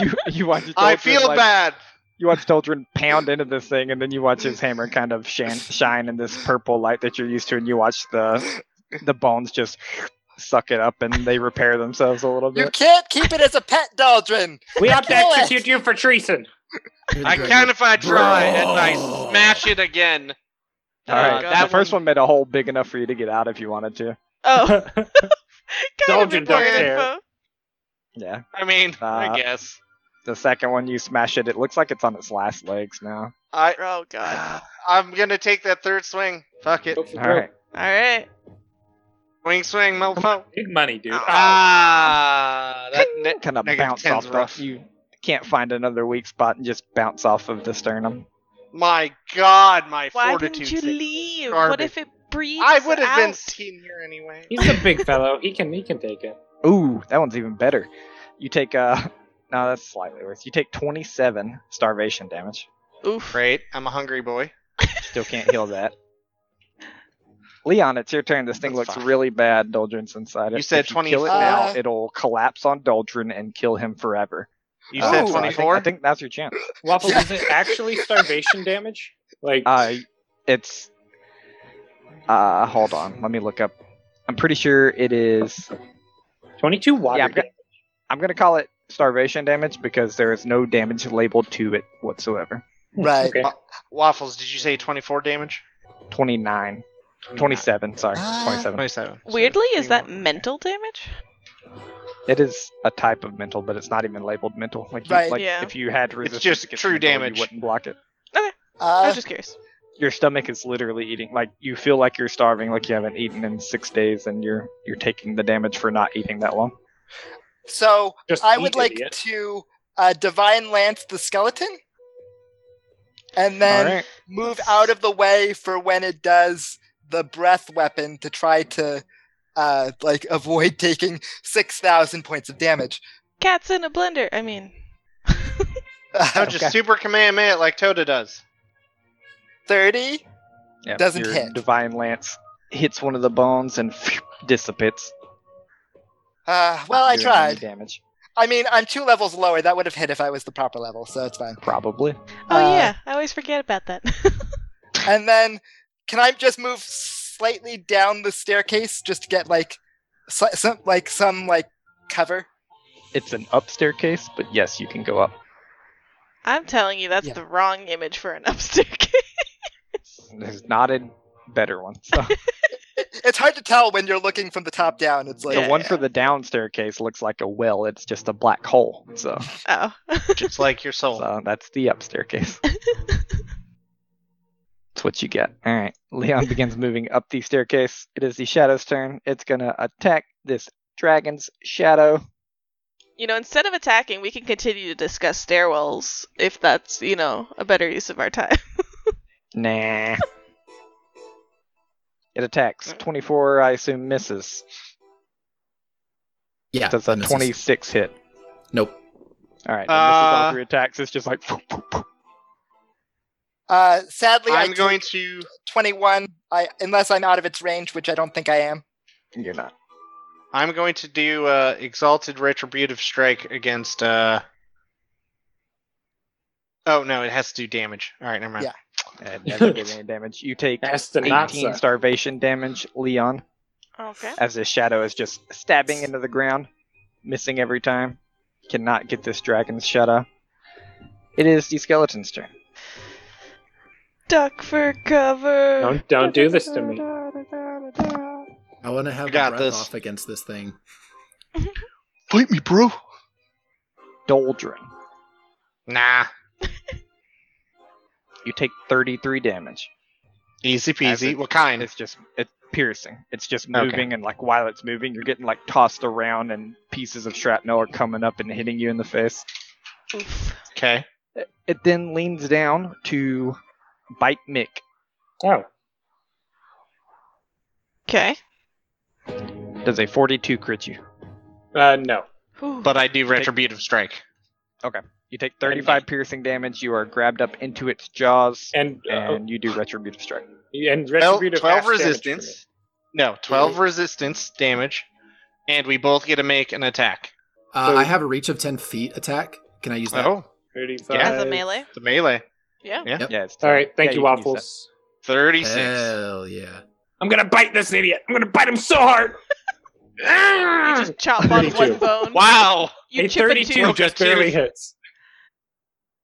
you you watch.
I
Doldrin,
feel
like-
bad.
You watch Doldrin pound into this thing, and then you watch his hammer kind of shan- shine in this purple light that you're used to, and you watch the the bones just suck it up, and they repair themselves a little
You
bit.
can't keep it as a pet, Daldrin.
we have to
Kill it.
execute you for treason.
You're the
I
dragon.
can if I try, and I
Bro.
smash it again. Uh,
All right,
God.
that first one made a hole big enough for you to get out if you wanted to.
Oh. kind
Don't
of
you
important
dare.
info.
Yeah,
I mean,
Uh,
I guess.
the second one you smash it. It looks like it's on its last legs now.
I
Oh god.
I'm gonna take that third swing. Fuck it.
Go for
All right,
All right.
Swing, swing, mofo.
Big money, dude. Oh.
Ah, that ne-
kind of
Negative
bounce
10's
off. the-
rough.
You can't find another weak spot and just bounce off of the sternum.
my god, my
Why
fortitude.
didn't you
save.
leave? What
Garbage.
if it breathes
I would have been
out?
seen here anyway.
He's a big fellow. He can he can take it.
Ooh, that one's even better. You take uh no, that's slightly worse. You take twenty seven starvation damage.
Oof.
Great, I'm a hungry boy.
Still can't heal that. Leon, it's your turn. This thing
That's
looks
fine.
really bad. Doldrin's inside it.
You said
If Kill it
24.
now.
Uh,
It'll collapse on Doldrin and kill him forever.
You
Uh,
said
so I think-
24.
I think that's your chance.
Waffles, is it actually starvation damage? Like
Uh, it's. Uh, hold on. Let me look up. I'm pretty sure it is.
twenty-two water.
yeah, I'm gonna-
damage.
I'm gonna call it starvation damage because there is no damage labeled to it whatsoever.
Right.
Uh,
Okay.
Waffles, did you say 24 damage?
Twenty nine. 27 sorry
Ah.
27
27.
Weirdly, is that
Twenty-one.
mental damage?
it is a type of mental but it's not even labeled mental like, you,
Right,
like
yeah.
if you had resistance
just
against
true
mental,
damage.
you wouldn't block it
I
Uh,
was just curious.
your stomach is literally eating like you feel like you're starving like you haven't eaten in six days and you're you're taking the damage for not eating that long
so
Just
I
eat,
would like
idiot.
to uh, divine lance the skeleton, and then
all right
move out of the way for when it does the breath weapon to try to uh, like avoid taking six thousand points of damage.
Cats in a blender. I mean,
Uh,
No, just
Okay.
super command it like Toda does.
Thirty.
yeah,
Doesn't
your
hit.
divine lance hits one of the bones and dissipates.
Uh, well, I
Doing any
tried.
Damage,
I mean, I'm two levels lower. That would have hit if I was the proper level, so it's fine.
probably.
Oh
Uh,
yeah, I always forget about that.
And then, can I just move slightly down the staircase just to get like, sli- some like some like cover?
It's an up staircase, but yes, you can go up.
I'm telling you, that's
Yeah.
the wrong image for an upstairs kid.
There's not a better one. So.
It- It's hard to tell when you're looking from the top down. It's like
the one for the down staircase looks like a well. It's just a black hole. So,
Oh.
Just like your
Oh.
soul.
so that's the up staircase. That's what you get. All right. Leon begins moving up the staircase. It is the shadow's turn. It's gonna attack this dragon's shadow.
you know, instead of attacking, we can continue to discuss stairwells if that's, you know, a better use of our time.
Nah. It attacks. 24, I assume, misses.
Yeah.
Does a
misses.
26 hit?
Nope.
All right. Then misses all
Uh,
three attacks. It's just like. phoop, phoop, phoop.
uh, sadly, I
I'm
took
going to.
21. I unless I'm out of its range, which I don't think I am.
You're not.
I'm going to do uh, exalted retributive strike against. Uh... Oh no, it has to do damage. All right, never mind.
Yeah.
And never get any damage. You take
That's the
18
Nazi.
starvation damage, Leon,
Okay.
as this shadow is just stabbing into the ground, missing every time. Cannot get this dragon's shadow. It is the skeleton's turn.
Duck for cover.
Don't don't do this to me.
I want to have
You
my
got
breath
this.
off against this thing.
Fight me, bro.
Doldrin.
Nah,
You take 33 damage.
easy
As
peasy.
it-
What kind?
It's just it's piercing. It's just
Okay.
moving, and like while it's moving, you're getting like tossed around, and pieces of shrapnel are coming up and hitting you in the face.
Oof.
Okay.
It then leans down to bite Mick.
Oh,
Okay.
Does a 42 crit you?
uh, no.
Whew.
But I do retributive strike.
You take 35 piercing damage. You are grabbed up into its jaws,
And uh,
and you do retributive strike.
and
Twelve,
retributive
12
half damage for me.
resistance. No, 12 resistance damage. And we both get to make an attack.
Uh,
So-
I have a reach of 10 feet attack. Can I use that?
Oh,
35.
Yeah.
As a melee.
the melee.
Yeah.
Yep.
Yeah, it's
All right, thank
Yeah,
you,
you can use
Waffles.
36.
Hell yeah.
I'm gonna bite this idiot. I'm gonna bite him so hard.
You
Ah!
just chop on
32.
one bone.
Wow.
You
a
chip a
32
tooth.
just
Broke a
barely
tooth.
hits.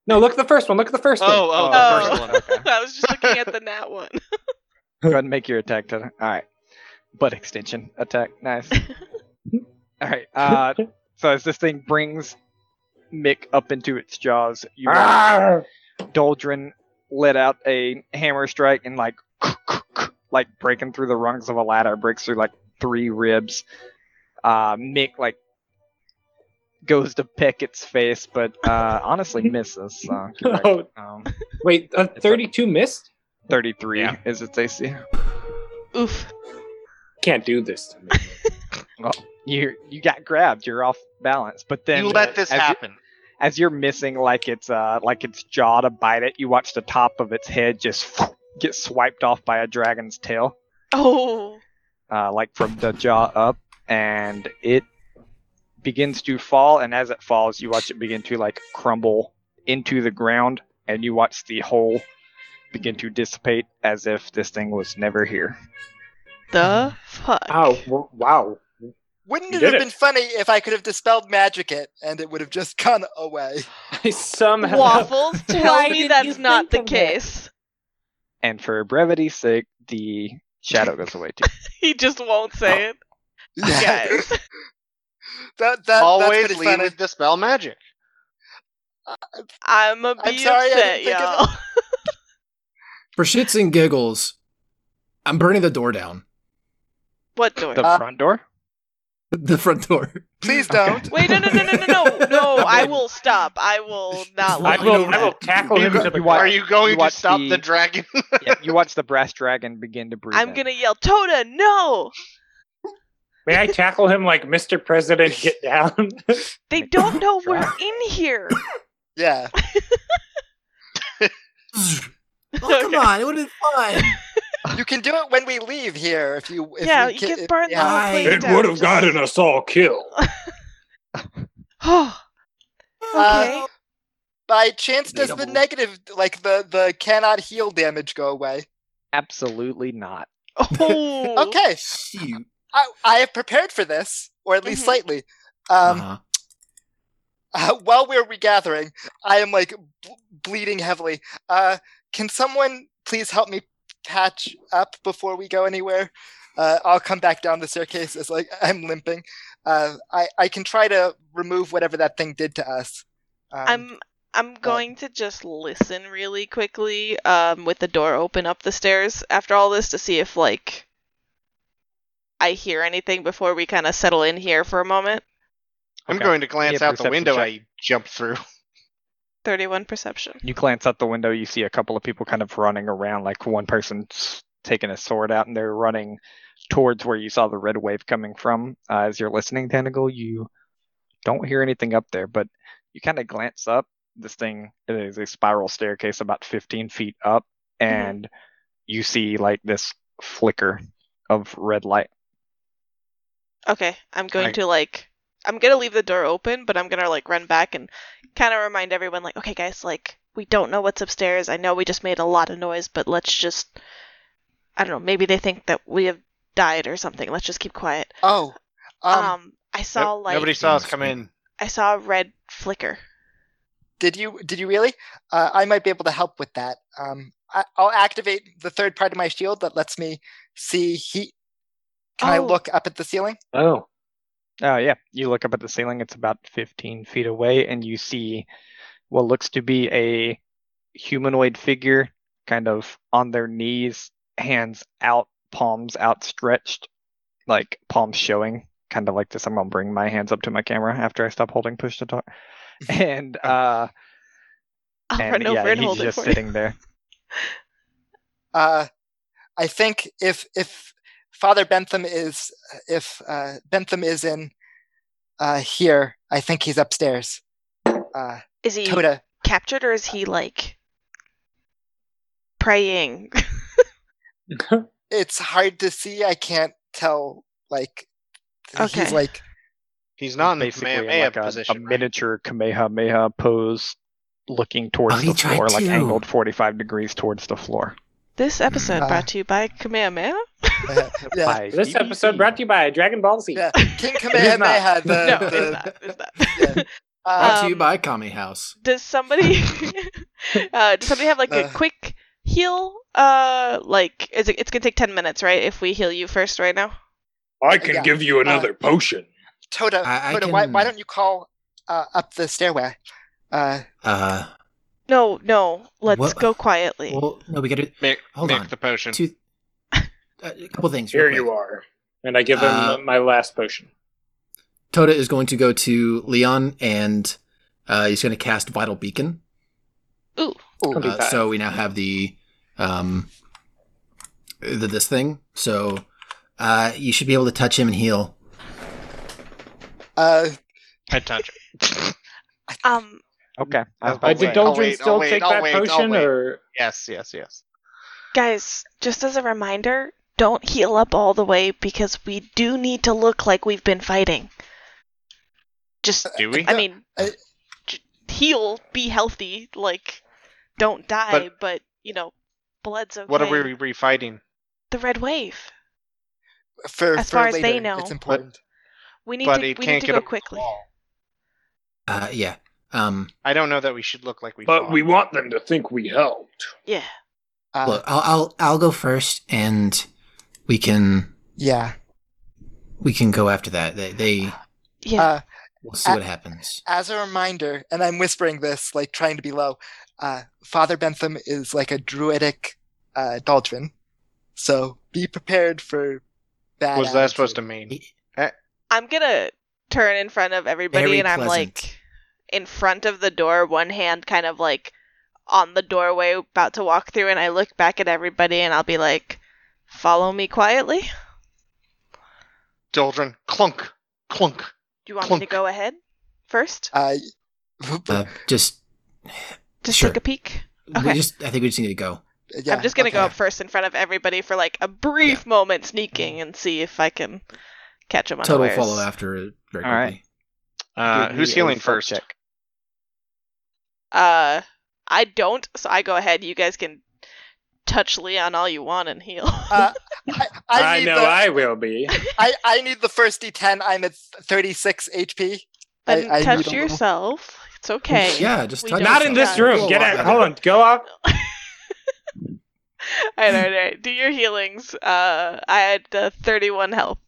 No, look at the first one. Look at the first one.
Oh, oh,
Oh.
the first one. Okay.
I was just looking at the nat one.
Go ahead and make your attack. Tyler. All right, butt extension attack. Nice. All right. Uh, so as this thing brings Mick up into its jaws, you watch
Arr!
Doldrin let out a hammer strike and like like breaking through the rungs of a ladder, breaks through like three ribs. Uh, Mick like goes to peck its face, but uh, honestly misses. So you're right.
Oh,
um,
wait, a
a-
32 missed?
Thirty-three
Yeah.
is its AC.
Oof.
Can't do this to me.
You you got grabbed. You're off balance. But then
You let this
as you-
happen.
as you're missing like its uh like its jaw to bite it, you watch the top of its head just get swiped off by a dragon's tail,
Oh.
uh, like from the jaw up, and it begins to fall. And as it falls, you watch it begin to like crumble into the ground, and you watch the hole begin to dissipate as if this thing was never here.
The fuck.
Oh, w- wow.
Wouldn't
You
it
did
have
it.
been funny if I could have dispelled magic it and it would have just gone away?
I somehow.
Waffles,
Why
tell me
didn't you
that's not the
think of that?
case.
And for brevity's sake, the shadow goes away too.
He just won't say it. Guys.
that, that, that's
Always
pretty
lead
funny.
with dispel magic.
I'm a
I'm
be
sorry I
upset,
didn't think of
y'all.
For shits and giggles, I'm burning the door down.
What door?
The
Uh,
front door.
The front door.
Please don't.
Wait, no, no, no, no, no, no, no! I will stop. I will not
I
let
will,
you.
I will tackle him to the
You watch-
ground.
Are you going
you
to
watch
stop
the-
the, dragon?
yeah, you watch the brass dragon begin to breathe.
I'm
in.
gonna yell, Toda, no!
May I tackle him like Mr. President? Get down.
They
Make
don't
it
know
dry.
we're in here.
Yeah.
Oh, come on. It would have been fun.
You can do it when we leave here if you. If
yeah,
we
you
ca-
can
if-
burn
yeah.
the whole place
It
down.
would have gotten us all killed.
Oh, okay. Um,
Uh, by chance, does the
Debatable.
negative, like the the cannot heal damage, go away?
Absolutely not.
oh.
Okay,
Shoot.
I, I have prepared for this, or at least
Mhm.
slightly. Um,
Uh-huh.
uh, while we're regathering, I am like b- bleeding heavily. Uh, can someone please help me patch up before we go anywhere? Uh, I'll come back down the staircase as like I'm limping. Uh, I I can try to remove whatever that thing did to us. Um,
I'm I'm going to just listen really quickly, um, with the door open up the stairs after all this to see if like I hear anything before we kind of settle in here for a moment.
I'm
Okay.
going to glance
Yeah,
out the
perception
window
check.
I jumped through.
Thirty-one perception.
You glance out the window, you see a couple of people kind of running around, like one person's taking a sword out and they're running towards where you saw the red wave coming from. Uh, as you're listening, Tentacle, you don't hear anything up there, but you kind of glance up. This thing it is a spiral staircase about 15 feet up, and you see like this flicker of red light.
Okay, I'm going
Right.
to like I'm gonna leave the door open, but I'm gonna like run back and kind of remind everyone like, okay, guys, like we don't know what's upstairs. I know we just made a lot of noise, but let's just I don't know. Maybe they think that we have died or something. Let's just keep quiet.
oh,
Um,
um,
I saw
Nope,
like
Nobody saw us come in.
I saw a red flicker.
Did you did you really? Uh, I might be able to help with that. Um, I, I'll activate the third part of my shield that lets me see heat. Can I
Oh.
look up at the ceiling?
Oh.
Oh, yeah. You look up at the ceiling. It's about 15 feet away, and you see what looks to be a humanoid figure kind of on their knees, hands out, palms outstretched, like palms showing. Kind of like this. I'm going to bring my hands up to my camera after I stop holding push to talk. And, uh,
I'll
and
run
yeah,
over and
he's
hold it
just
for you.
sitting there.
Uh, I think if if Father Bentham is if uh, Bentham is in uh, here, I think he's upstairs. Uh,
Is he
Coda,
captured or is he like praying?
it's hard to see. I can't tell. Like
Okay.
he's like
He's
He's
not in the
basically in
Kamehameha
like a,
position.
a
right?
miniature Kamehameha pose, looking towards
Oh, he
the
tried
floor, like
to.
angled 45 degrees towards the floor.
This episode
Uh.
brought to you by Kamehameha.
Yeah.
By
This
BBC.
episode brought to you by Dragon Ball Z.
yeah, King Kamehameha. The,
no,
the,
it's not. It's not.
Yeah.
Uh,
Brought to you
Um,
by Kami House.
does somebody uh, does somebody have like a
Uh.
quick heal? Uh, like is it? It's gonna take ten minutes, right? If we heal you first, right now.
I
can Yeah. Uh,
give you
another
potion.
Toda,
I- I
Toda why, why
can-
don't you call uh, up the stairway? Uh,
Uh,
No, no. Let's
What-
go quietly.
well, no, we got to
Make,
Hold
make
on.
the potion.
two, Uh, a couple things.
Here you are. And I give him
Uh,
my last potion.
Toda is going to go to Leon and uh, he's going to cast Vital Beacon.
Ooh.
ooh,
That'd be
Uh,
fine.
so we now have the um the, this thing. So uh, you should be able to touch him and heal.
uh,
I touch it.
Um.
Okay. I was about to
Uh, did
say.
wait, I'll
Doldrin
wait,
still
I'll
take
wait, I'll
that
wait, I'll
potion,
wait.
or
Yes, yes, yes.
Guys, just as a reminder, don't heal up all the way because we do need to look like we've been fighting. Just,
Do we?
I mean,
I-
j- heal, be healthy, like, don't die, but, you know, blood's okay.
What are we refighting?
The red wave.
for
As
for
far as
later,
they know.
it's important.
We need
But
to,
it
we
can't
need to
get
go
up the
quickly.
wall.
Uh, yeah. Um,
I don't know that we should look like we. fought.
want them to think we helped.
Yeah.
Uh,
look, I'll, I'll I'll go first, and we can
yeah.
we can go after that. They they
Yeah.
Uh,
we'll see what happens.
as a reminder, and I'm whispering this, like trying to be low. Uh, Father Bentham is like a druidic uh, Daldrin, so be prepared for bad.
was that
attitude.
supposed to mean?
I'm gonna turn in front of everybody
Very
and I'm
pleasant.
like in front of the door, one hand kind of like on the doorway about to walk through and I look back at everybody and I'll be like, Follow me quietly. Do
Doldrin, clunk, clunk.
you want me to
Clunk.
go ahead first?
Uh,
Uh, just
Just
sure.
take a peek.
we
Okay.
just I think we just need to go.
Yeah,
I'm just gonna go
okay.
up first in front of everybody for like a brief moment, sneaking and see if I can catch him
Total
unawares.
follow after it very
All right.
quickly.
Uh,
Give
who's
me a
healing
stealth
first?
check.
Uh, I don't, so I go ahead. You guys can touch Leon all you want and heal.
Uh, I, I,
I,
need
know
the,
I will be.
I, I need the first D10. I'm at 36 HP. I-
and
I need a
touch
little-
yourself. It's okay.
Yeah, just
We
touch
don't
Not in this
stop.
room. Get out. Hold on. Go out.
All right, all right. Do your healings. Uh, I had uh, 31 health.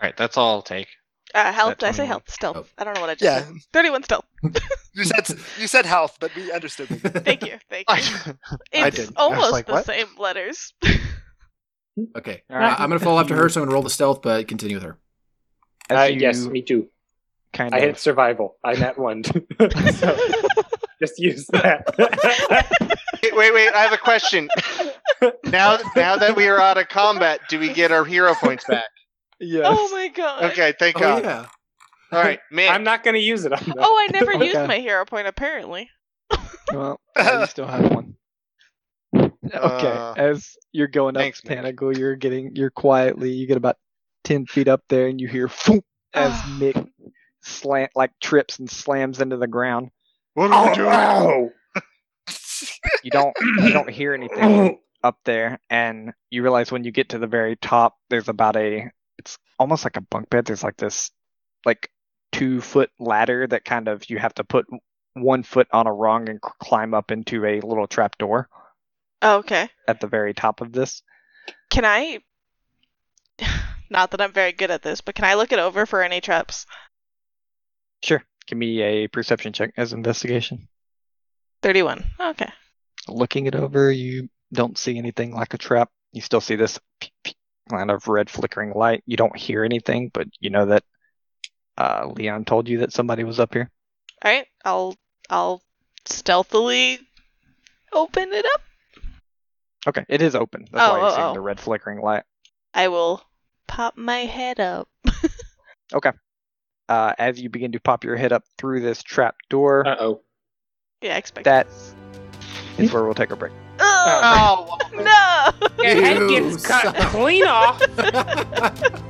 All right, that's all I'll take.
Uh, health.
At
Did I say
21.
health? Stealth.
Oh.
I don't know what I just
Yeah,
said. 31 stealth.
you said you said health, but we understood. what you meant.
Thank you. Thank you.
I, I
It's
didn't. I was
almost
like,
the
what?
same letters.
Okay.
All right.
I- I'm going to follow after her, so I'm going to roll the stealth, but continue with her.
As
Uh,
you
yes, me too.
Kind
I
of.
hit survival. I'm at one. so just use that.
wait, wait, wait, I have a question. now, now that we are out of combat, do we get our hero points back?
yes.
oh my god.
Okay, thank
Oh,
God.
yeah.
All right, man.
I'm not going to use it. I'm
Oh, I never used
Okay.
my hero point apparently.
Well, now you still have one. Okay.
Uh,
As you're going up,
thanks, Mitch.
Tanagle, you're getting, you're quietly, you get about ten feet up there, and you hear "foom" as Nick slant like trips and slams into the ground.
what are we
Oh,
doing?
oh,
You don't, you don't hear anything up there, and you realize when you get to the very top, there's about a, it's almost like a bunk bed. There's like this, like two foot ladder that kind of you have to put one foot on a rung and c- climb up into a little trap door
Oh, okay.
at the very top of this.
Can I? Not that I'm very good at this, but can I look it over for any traps?
Sure. Give me a perception check as investigation.
31. Okay.
Looking it over, you don't see anything like a trap. You still see this line of red flickering light. You don't hear anything, but you know that uh, Leon told you that somebody was up here.
All right. I'll I'll stealthily open it up.
Okay, it is open. That's why
Oh,
you're
oh,
seeing
oh.
the red flickering light.
I will pop my head up.
Uh, as you begin to pop your head up through this trap door,
Uh oh.
Yeah, I expect
That-
this.
is where we'll take a break.
Ugh,
Oh,
no.
Your head You gets cut suck.
clean off.